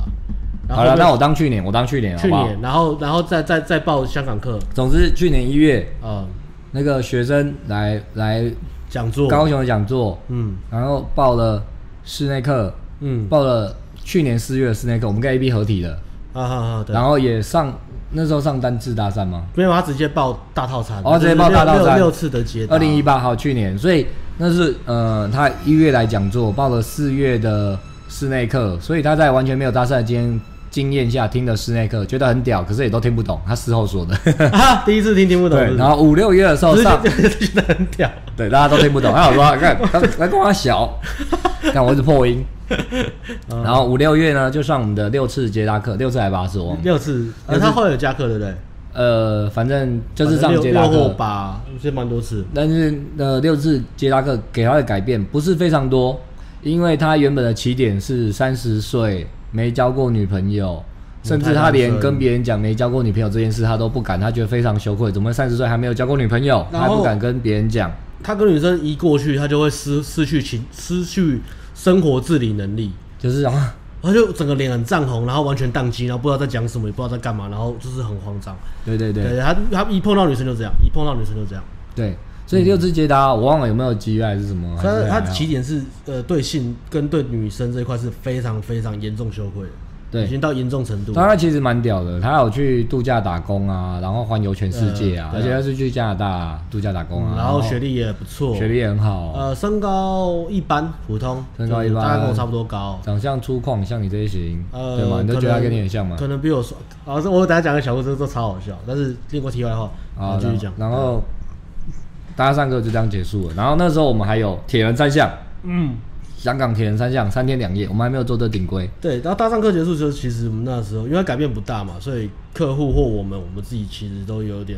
然后好了，呢那我当去年，我当去年好去不好？年，然后然后再再再报香港课，总之去年一月，呃，那个学生来来讲座，高雄的讲座，嗯然后报了室内课，嗯，报了去年四月的室内课，我们跟 A B 合体的，啊哈哈，对然，后也上那时候上单字大战吗？没有他直接报大套餐，哦直接报大套餐就是六六六次的解答，二零一八号去年，所以那是呃，他一月来讲座，报了四月的室内课，所以他在完全没有搭讪的经经验下听的室内课，觉得很屌，可是也都听不懂，他事后 (laughs) 说的。啊，第一次听听不懂，对，然后五六月的时候只是上，觉得觉得很屌，对，大家都 (laughs) 听不懂，他有说看他他跟我小，看我一直破音。嗯然后五六月呢，就上我们的六次接搭课，六次还八次，我忘了。六次，呃六次他后来有加课对不对？呃，反正就是反上正接六搭六或课，八，其实蛮多次，但是呃，六次接搭课给他的改变不是非常多，因为他原本的起点是三十岁没交过女朋友，嗯甚至他连跟别人讲没交过女朋友这件事他都不敢，他觉得非常羞愧，怎么三十岁还没有交过女朋友，他然还后不敢跟别人讲。他跟女生一过去，他就会失失去情失去生活自理能力。就是啊，他就整个脸很涨红，然后完全宕机，然后不知道在讲什么，也不知道在干嘛，然后就是很慌张。对对对对他，他一碰到女生就这样，一碰到女生就这样。对，所以六次接搭，我忘了有没有机会还是什么，所嗯以他还是起点是呃对性跟对女生这一块是非常非常严重羞愧的，对已经到严重程度当。然其实蛮屌的，他有去度假打工啊，然后环游全世界嗯对啊啊，嗯而且他是去加拿大、度假打工啊，然后学历也不错，学历也很好，呃身高一般普通，身高一般就是大概跟我差不多高。长相粗犷，像你这一型，呃，对吗？你都觉得他跟你很像吗？可能比我帅。啊，这我等一下讲个小故事，这超好笑。但是另外题外话，啊啊，，继续讲。然后然后大家上课就这样结束了。然后那时候我们还有铁人三项，嗯，香港铁人三项三天两夜，我们还没有做这顶规。对，然后大上课结束之后，其实我们那时候因为改变不大嘛，所以客户或我们，我们自己其实都有点，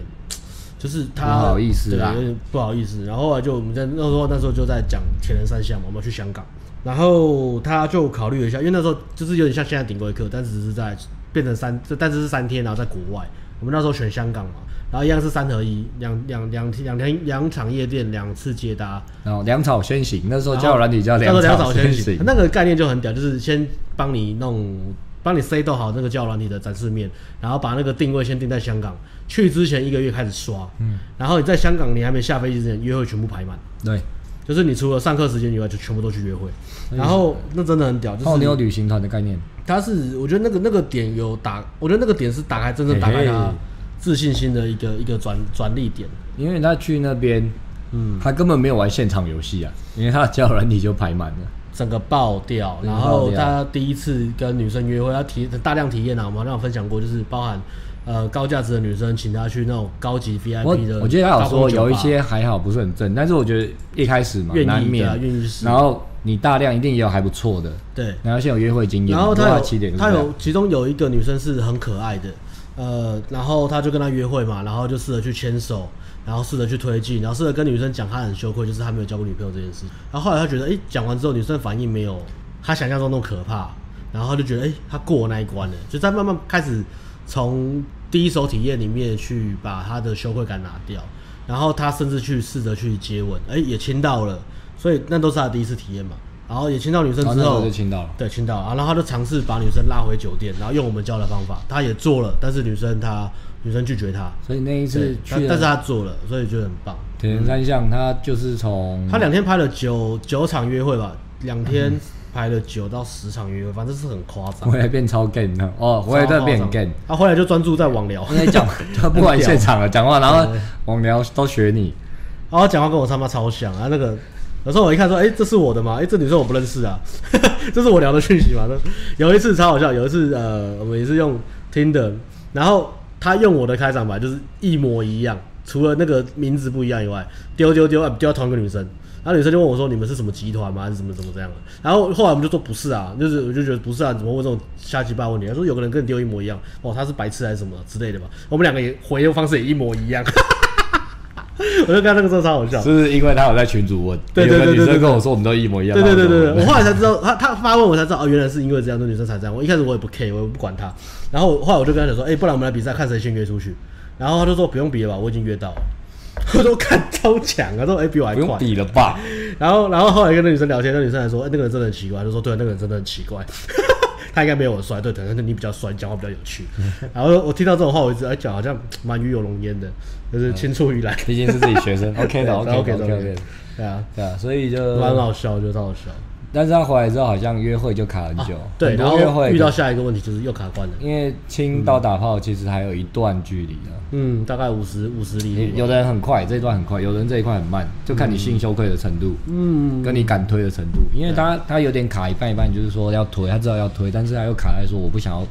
就是他不好意思对啦有点不好意思。然后后来就我们在那时候那时候就在讲铁人三项嘛，我们要去香港，然后他就考虑了一下，因为那时候就是有点像现在顶规课，但只是在变成三，但只是三天，然后在国外。我们那时候选香港嘛，然后一样是三合一，两两两两天两场夜店，两次接搭，然后粮草先行，那时候交友软体叫叫做粮草先行，那个概念就很屌，就是先帮你弄，帮你 set 好那个教软体的展示面，然后把那个定位先定在香港，去之前一个月开始刷，嗯，然后你在香港你还没下飞机之前，约会全部排满，对，就是你除了上课时间以外，就全部都去约会，哎然后那真的很屌，泡就妞是旅行团的概念。他是我觉得那个那个点有打，我觉得那个点是打开真正打开嘿他嘿自信心的一个一个转转力点，因为他去那边，嗯，他根本没有玩现场游戏啊，因为他的交友软体就排满了。整个爆掉，整然个嗯爆后掉他第一次跟女生约会，他体大量体验啊，我们好像有分享过，就是包含呃高价值的女生，请他去那种高级我 VIP 的我记得他有高说空酒吧有一些还好不是很正，但是我觉得一开始嘛愿意难对啊免愿意试然后你大量一定也有还不错的，对，然后现在有约会经验，然后不知他道起点有是他这样有其中有一个女生是很可爱的，呃，然后他就跟她约会嘛，然后就试着去牵手，然后试着去推进，然后试着跟女生讲他很羞愧，就是他没有交过女朋友这件事。然后后来他觉得，哎、讲完之后女生反应没有他想象中那么可怕，然后他就觉得，哎、他过那一关了，就在慢慢开始从第一手体验里面去把他的羞愧感拿掉，然后他甚至去试着去接吻，哎、也亲到了，所以那都是他的第一次体验嘛。然后也亲到女生然后之哦那时后候就，亲到了，对，亲到啊，然后他就尝试把女生拉回酒店，然后用我们教的方法，他也做了，但是女生她女生拒绝他，所以那一次对，但去但是了他做了，所以觉得很棒。铁人三项，他就是从他两天拍了九九场约会吧，两天嗯拍了九到十场约会，反正是很夸张。回来变超 gay 了，哦，回来再变很 gay，他、啊、后来就专注在 (laughs) 网聊，因为讲他不玩现场了，讲话然后网聊都学你，然后讲话跟我他妈超像啊！那个有时候我一看说，哎、这是我的吗？哎、这女生我不认识啊， (laughs) 这是我聊的讯息吗？那有一次超好笑，有一次呃，我们也是用 Tinder，然后他用我的开场白就是一模一样，除了那个名字不一样以外，丢丢丢，啊丢到同一个女生，然后女生就问我说：“你们是什么集团吗？还是怎么怎么这样的？”然后后来我们就说不是啊，就是我就觉得不是啊，怎么问这种瞎鸡巴问题？他说有个人跟你丢一模一样，哦，他是白痴还是什么之类的吧？我们两个也回应方式也一模一样， (laughs) 我就跟他那个时候超好笑。是不是因为他有在群主问？对对对对有个女对生跟我说我们都一模一样。对对对对对，然后我说我后来才知道，他他发问我才知道，哦，原来是因为这样，那女生才这样。我一开始我也不 care，我也不管他。然后后来我就跟他讲说，哎、不然我们来比赛，看谁先约出去。然后他就说不用比了吧，我已经约到了。 (laughs) 我说看超强啊，他说哎、比我还不快用。比了 (laughs) 吧？然后然后后来跟那女生聊天，那女生还说，哎、那个人真的很奇怪，就说对，那个人真的很奇怪。 (laughs) 他应该没有我帅，对，可能你比较帅，你讲话比较有 (laughs) 趣。然后我听到这种话，我一直哎讲好像蛮鱼有龙焉的，嗯就是青出 (laughs) 于蓝。毕竟是自己学生，OK 的对，OK 的 OK 的，OK 的。对啊，对啊，所以就蛮好笑，我觉得超好笑。但是他回来之后好像约会就卡很久，啊对，很然多约后会遇到下一个问题就是又卡关了。因为亲到打炮其实还有一段距离啊的、嗯，大概五十五十里路吧。有的人很快，这一段很快；有的人这一块很慢，就看你性羞愧的程度，嗯，跟你敢推的程度。因为他他有点卡一半一半，就是说要推，他知道要推，但是他又卡在说我不想要，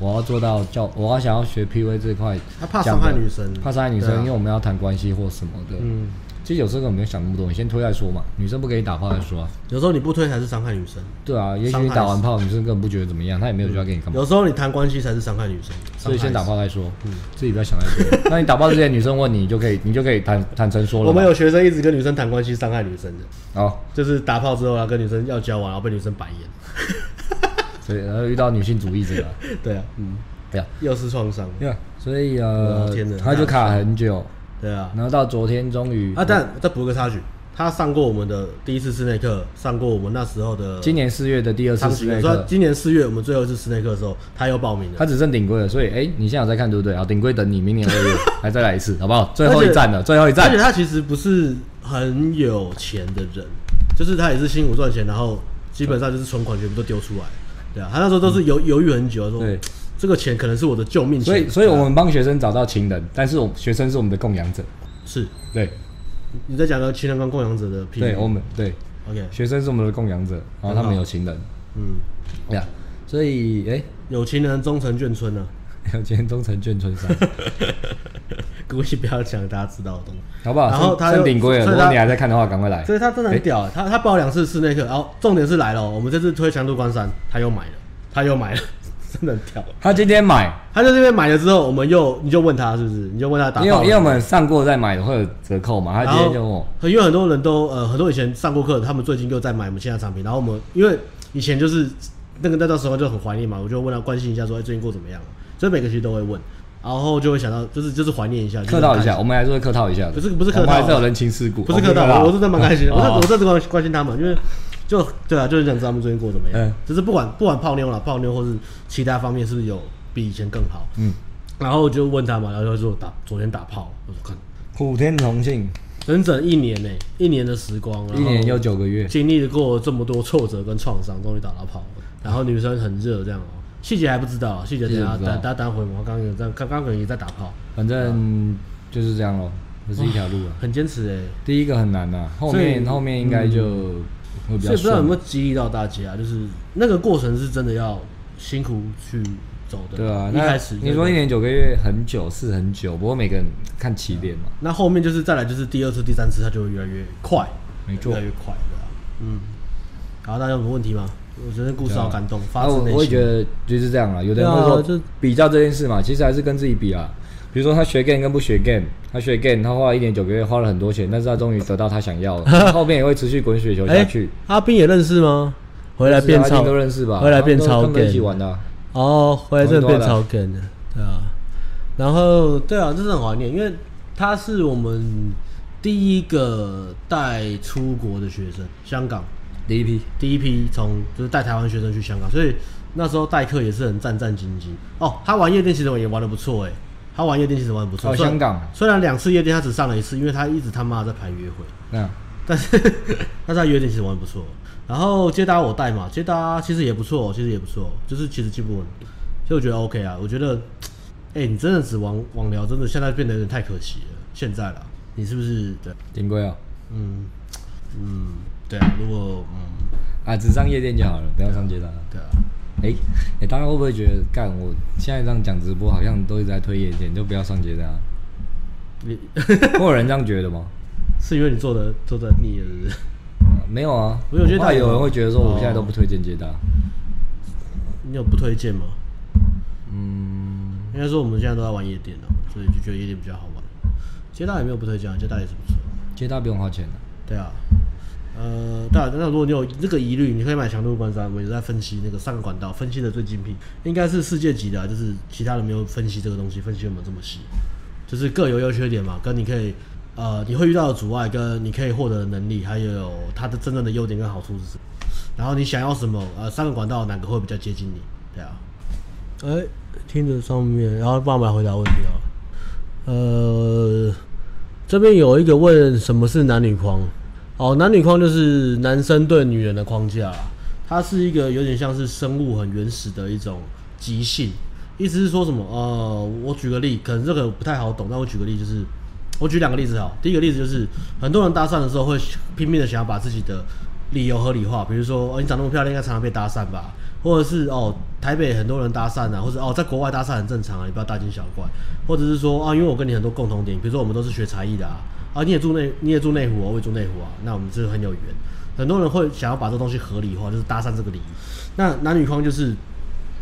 我要做到叫我要想要学 PV 这一块，他怕伤害女生怕伤害女生，对啊因为我们要谈关系或什么的。嗯，其实有时候根本没有想那么多，你先推再说嘛。女生不给你打炮再说啊。有时候你不推才是伤害女生，对啊，也许伤害你打完炮，女生根本不觉得怎么样，她也没有需要跟你干嘛，有时候你谈关系才是伤害女生。所以先打伤害炮再说，嗯自己不要想太多。那你打炮之前，女生问你，你就可以，你就可以坦坦诚说女生。了嘛。我们有学生一直跟女生谈关系，伤害女生的，好，就是打炮之后啊，跟女生要交往，然后被女生白眼。 (laughs) 所以然呃后遇到女性主义者啊，对啊，嗯，对啊，又是创伤。对啊，所以我呃的天哪，他就卡很久，对啊，然后到昨天终于啊，但再补个插曲，他上过我们的第一次室内课，上过我们那时候的今年四月的第二次上室学，内说课，今年四月我们最后一次室内课的时候，他又报名了他。只剩顶规了，所以哎，你现在有在看对不对？好，顶规等你明年二月 (laughs) 还再来一次，好 (laughs) 不好？最后一站了，最后一而且站。他其实不是很有钱的人，就是他也是辛苦赚钱，然后基本上就是存款全部都丢出来。对啊，他那时候都是犹犹豫很久，说嗯对这个钱可能是我的救命钱。所以，所以我们帮学生找到情人，但是我学生是我们的供养者，是对，你在讲个情人跟供养者的比喻。对我们对 OK，学生是我们的供养者，然后他们有情人，嗯，呀、所以哎，有情人终成眷村呢、啊要 (laughs) 今天终成眷村山，故意不要讲大家知道的东西。好不好？然后剩他又剩顶规了，所以如他果你还在看的话，赶快来。所以他真的很屌、他他报两次室内课，然后重点是来了哦，我们这次推强度关山，他又买了，他又买了， (laughs) 真的很屌。他今天买，他就这边买了之后，我们又你就问他是不是？你就问他打因炮了吗为因为我们上过再买会有折扣嘛，他然今后天就问我，很因为很多人都呃很多以前上过课，的，他们最近又在买我们现在的产品，然后我们因为以前就是那个那段时候就很怀念嘛，我就问他关心一下说、哎最近过怎么哦样了，所以每个学期都会问，然后就会想到就是就是怀念一下，就是客套一很开下，我们还是会客套一下的，不是不是客套啊我们还是有人情世心，故，不是客哦套，我我真的蛮开心的，我哦在我在这关关心他们，因为就对啊，就是想知道他们最近过怎么样嗯，就是不管不管泡妞了，泡妞或是其他方面是不是有比以前更好，嗯，然后就问他嘛，然后就说打昨天打炮，我说看普天同庆，整整一年呢、一年的时光，然后一年又九个月，经历过这么多挫折跟创伤，终于打到跑了。然后女生很热这样哦、细节还不知道啊，细节等细节下不知道等等等回我刚刚有在刚刚可能也在打炮，反正就是这样咯，这是一条路啊。很坚持哎、第一个很难呐，后所以嗯面后面应该就会比所以不较知道有顺没有。激励到大家，啊就是那个过程是真的要辛苦去走的，对啊，一那开始你说对一吧年九个月很久是很久，不过每个人看起点嘛，那后面就是再来就是第二次、第三次，它就会越来越快，没错越来越快的、对啊，嗯。好，大家有什么问题吗？我觉得故事好感动，发啊，自内我心。我也觉得就是这样啦。有的人对啊会就说比较这件事嘛，其实还是跟自己比啦。比如说他学 game 跟不学 game，他学 game 他花了一年九个月，花了很多钱，但是他终于得到他想要 (laughs) 了，后面也会持续滚雪球下哎，去。阿斌也认识吗？回哎来变大家一超定都认识吧？回来变他们都超他们 gay 一起玩的啊。哦，回来真的变超 gay 了，对啊。然后对啊，这是很怀念，因为他是我们第一个带出国的学生，香港第一批，第一批从就是带台湾学生去香港，所以那时候代课也是很战战兢兢。哦，他玩夜店其实我也玩的不错哎、他玩夜店其实玩的不错。哦虽然香港虽然两次夜店他只上了一次，因为他一直他妈在排约会。那但是 (laughs) 但是他约定其实玩得不错。然后接搭我带嘛，接搭其实也不错，其实也不错，就是其实进步很，所以我觉得 OK 啊。我觉得，哎、你真的只网网聊，真的现在变得有点太可惜了。现在啦，你是不是对？顶规哦。嗯嗯，对啊。如果嗯啊，只上夜店就好了，不要上街道。对啊，哎、哎、大家会不会觉得干？我现在这样讲直播，好像都一直在推夜店，就不要上街道啊。你 (laughs) 会有人这样觉得吗？是因为你做的做的腻了是 (laughs) 不是，没有哦啊，我有觉得怕他有有人会觉得说我哦现在都不推荐接单。你有不推荐吗？嗯，应该说我们现在都在玩夜店了，所以就觉得夜店比较好玩。接大也没有不推荐啊，接大也是不错。接单不用花钱的、对啊，呃，当然，那如果你有这个疑虑，你可以买强度关山，我们也在分析那个上个管道，分析的最精辟，应该是世界级的啊、就是其他人没有分析这个东西，分析有没有这么细，就是各有优缺点嘛，跟你可以。呃，你会遇到的阻碍，跟你可以获得的能力，还有它的真正的优点跟好处是什么？然后你想要什么？呃，三个管道哪个会比较接近你？对啊。哎、听着上面，然后帮我们来回答问题啊。呃，这边有一个问什么是男女框？哦，男女框就是男生对女人的框架啦，它是一个有点像是生物很原始的一种极性。意思是说什么？呃，我举个例，可能这个不太好懂，但我举个例就是，我举两个例子好。第一个例子就是，很多人搭讪的时候会拼命的想要把自己的理由合理化，比如说，哦，你长那么漂亮，应该常常被搭讪吧？或者是哦，台北很多人搭讪啊，或者哦，在国外搭讪很正常啊，你不要大惊小怪。或者是说啊，因为我跟你很多共同点，比如说我们都是学才艺的啊，啊，你也住内，你也住内湖啊，我也住内湖啊，那我们就是很有缘。很多人会想要把这东西合理化，就是搭讪这个理由。那男女框就是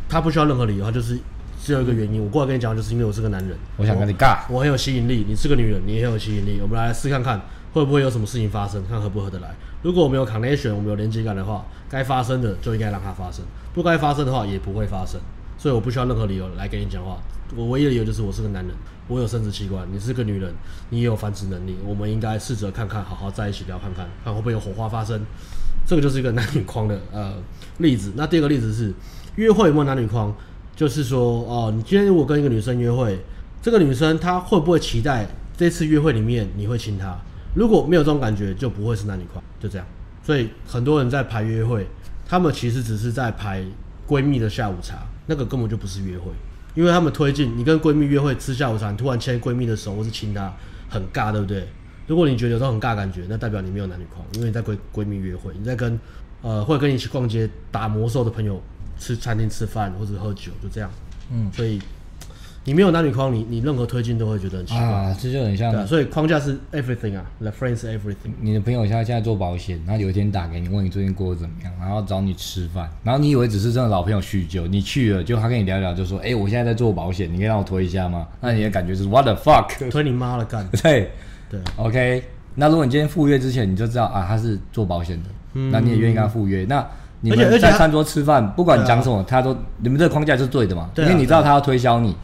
他不需要任何理由，他就是只有一个原因。我过来跟你讲，就是因为我是个男人，我想跟你尬。我很有吸引力，你是个女人，你也很有吸引力。我们来试看看会不会有什么事情发生，看合不合得来。如果我们有 connection，我们有连接感的话，该发生的就应该让它发生，不该发生的话也不会发生。所以我不需要任何理由来跟你讲话，我唯一的理由就是我是个男人，我有生殖器官，你是个女人，你也有繁殖能力，我们应该试着看看，好好在一起聊看看，看会不会有火花发生。这个就是一个男女框的呃例子。那第二个例子是约会有没有男女框？就是说，哦、你今天如果跟一个女生约会，这个女生她会不会期待这次约会里面你会亲她？如果没有这种感觉，就不会是男女框，就这样。所以很多人在排约会，他们其实只是在排闺蜜的下午茶，那个根本就不是约会，因为他们推进你跟闺蜜约会吃下午茶，你突然牵闺蜜的手或是亲她，很尬，对不对？如果你觉得有时候很尬的感觉，那代表你没有男女狂，因为你在闺闺蜜约会，你在跟呃或者跟你一起逛街打魔兽的朋友吃餐厅吃饭或者喝酒，就这样。嗯，所以你没有男女框，你你任何推进都会觉得很奇怪。啊，这就很像对、啊，所以框架是 everything 啊，the friends everything。你的朋友现在现在做保险，然后有一天打给你，问你最近过得怎么样，然后找你吃饭，然后你以为只是真的老朋友叙旧，你去了就他跟你聊一聊，就说，哎、我现在在做保险，你可以让我推一下吗？那你的感觉就是 what the fuck， (laughs) 推你妈了干！对对啊， ，OK，那如果你今天赴约之前你就知道啊，他是做保险的，那你也愿意跟他赴约，那。你嗯而且而们且他啊在餐桌吃饭，不管讲什么，他都你们这个框架是对的嘛？对啊嗯因为你知道他要推销你，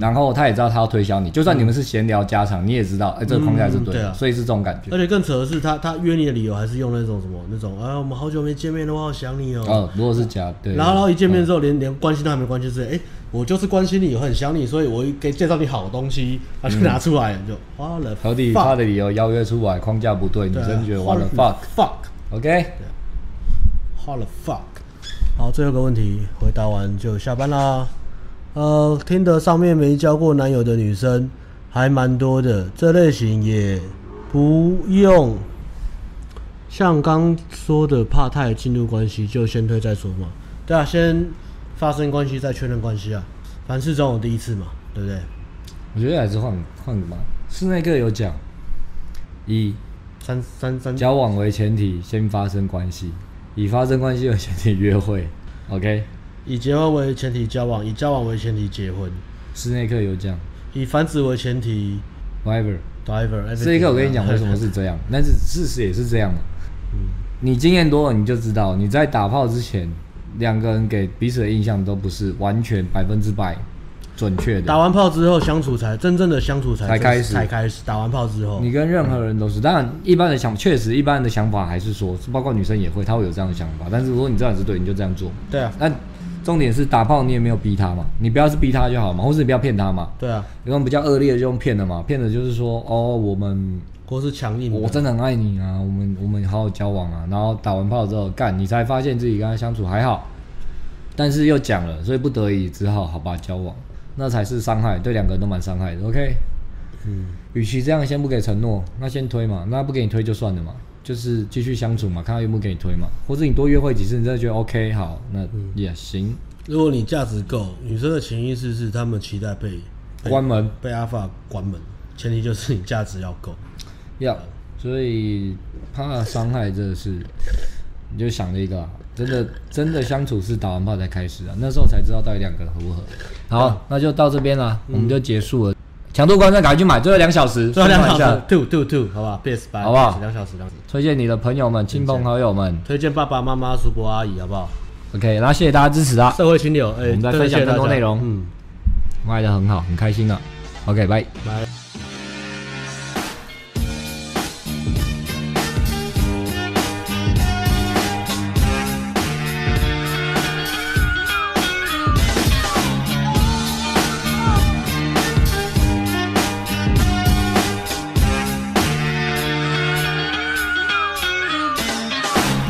然后他也知道他要推销你，就算你们是闲聊家常，你也知道，哎，这个框架是嗯对对啊的，所以是这种感觉。而且更扯的是他，他约你的理由还是用那种什么那种，哎，我们好久没见面了，我好想你哦。哦，如果是假，对，然后，然后一见面之后，连连关心都还没关心之前，哎、我就是关心你，我很想你，所以我给介绍你好东西，他就拿出来了，就花了。嗯合理他的理由邀约出来，框架不对，女对啊生觉得 (laughs) what the what 啊 fuck，OK？、fuck OK？ what the fuck。好，最后一个问题回答完就下班啦。呃，听得上面没交过男友的女生还蛮多的，这类型也不用像刚说的，怕太进入关系就先推再说嘛。对啊，先发生关系再确认关系啊，凡事总有第一次嘛，对不对？我觉得还是换换个吧。是那个有讲，以三三三交往为前提，先发生关系，以发生关系为前提约会，OK？以结婚为前提交往，以交往为前提结婚，是那个有讲以繁殖为前提啊，whatever。 driver。这一个我跟你讲，为什么是这样？但是事实也是这样嘛。你经验多了，你就知道，你在打炮之前，两个人给彼此的印象都不是完全百分之百准确的。打完炮之后相处才真正的相处才才开始才开始。打完炮之后，你跟任何人都是，当然一般的想，确实一般的想法还是说，包括女生也会，她会有这样的想法。但是如果你这样是对，你就这样做。对啊，那重点是打炮你也没有逼她嘛，你不要是逼她就好嘛，或是你不要骗她嘛。对啊，有种比较恶劣的就用骗的嘛，骗的就是说哦，我们或是强硬的，我真的很爱你啊，我们我们好好交往啊，然后打完炮之后干，你才发现自己跟她相处还好，但是又讲了，所以不得已只好好吧交往，那才是伤害，对两个人都蛮伤害的。OK，嗯，与其这样，先不给承诺，那先推嘛，那不给你推就算了嘛，就是继续相处嘛，看他愿不愿意给你推嘛，或者你多约会几次，你真的觉得 OK 好，那也行。如果你价值够，女生的潜意识是她们期待被关门被阿法关门，前提就是你价值要够。要，所以怕伤害这个事，你就想了一个啊、真的真的相处是打完炮才开始啊，那时候才知道到底两个合不合。嗯好，那就到这边了，我们就结束了。强度观战赶快去买，最后两小时，最后两小宣传一时下，two two two，好不好？PS 八，好不好两小时，两小时。推荐你的朋友们、亲朋好友们。推荐爸爸妈妈、叔伯阿姨，好不好？ OK，然后谢谢大家支持啊，社会清流，哎、我们真的再分享谢谢更多大家内容嗯，卖的很好，很开心啊。OK，拜。来。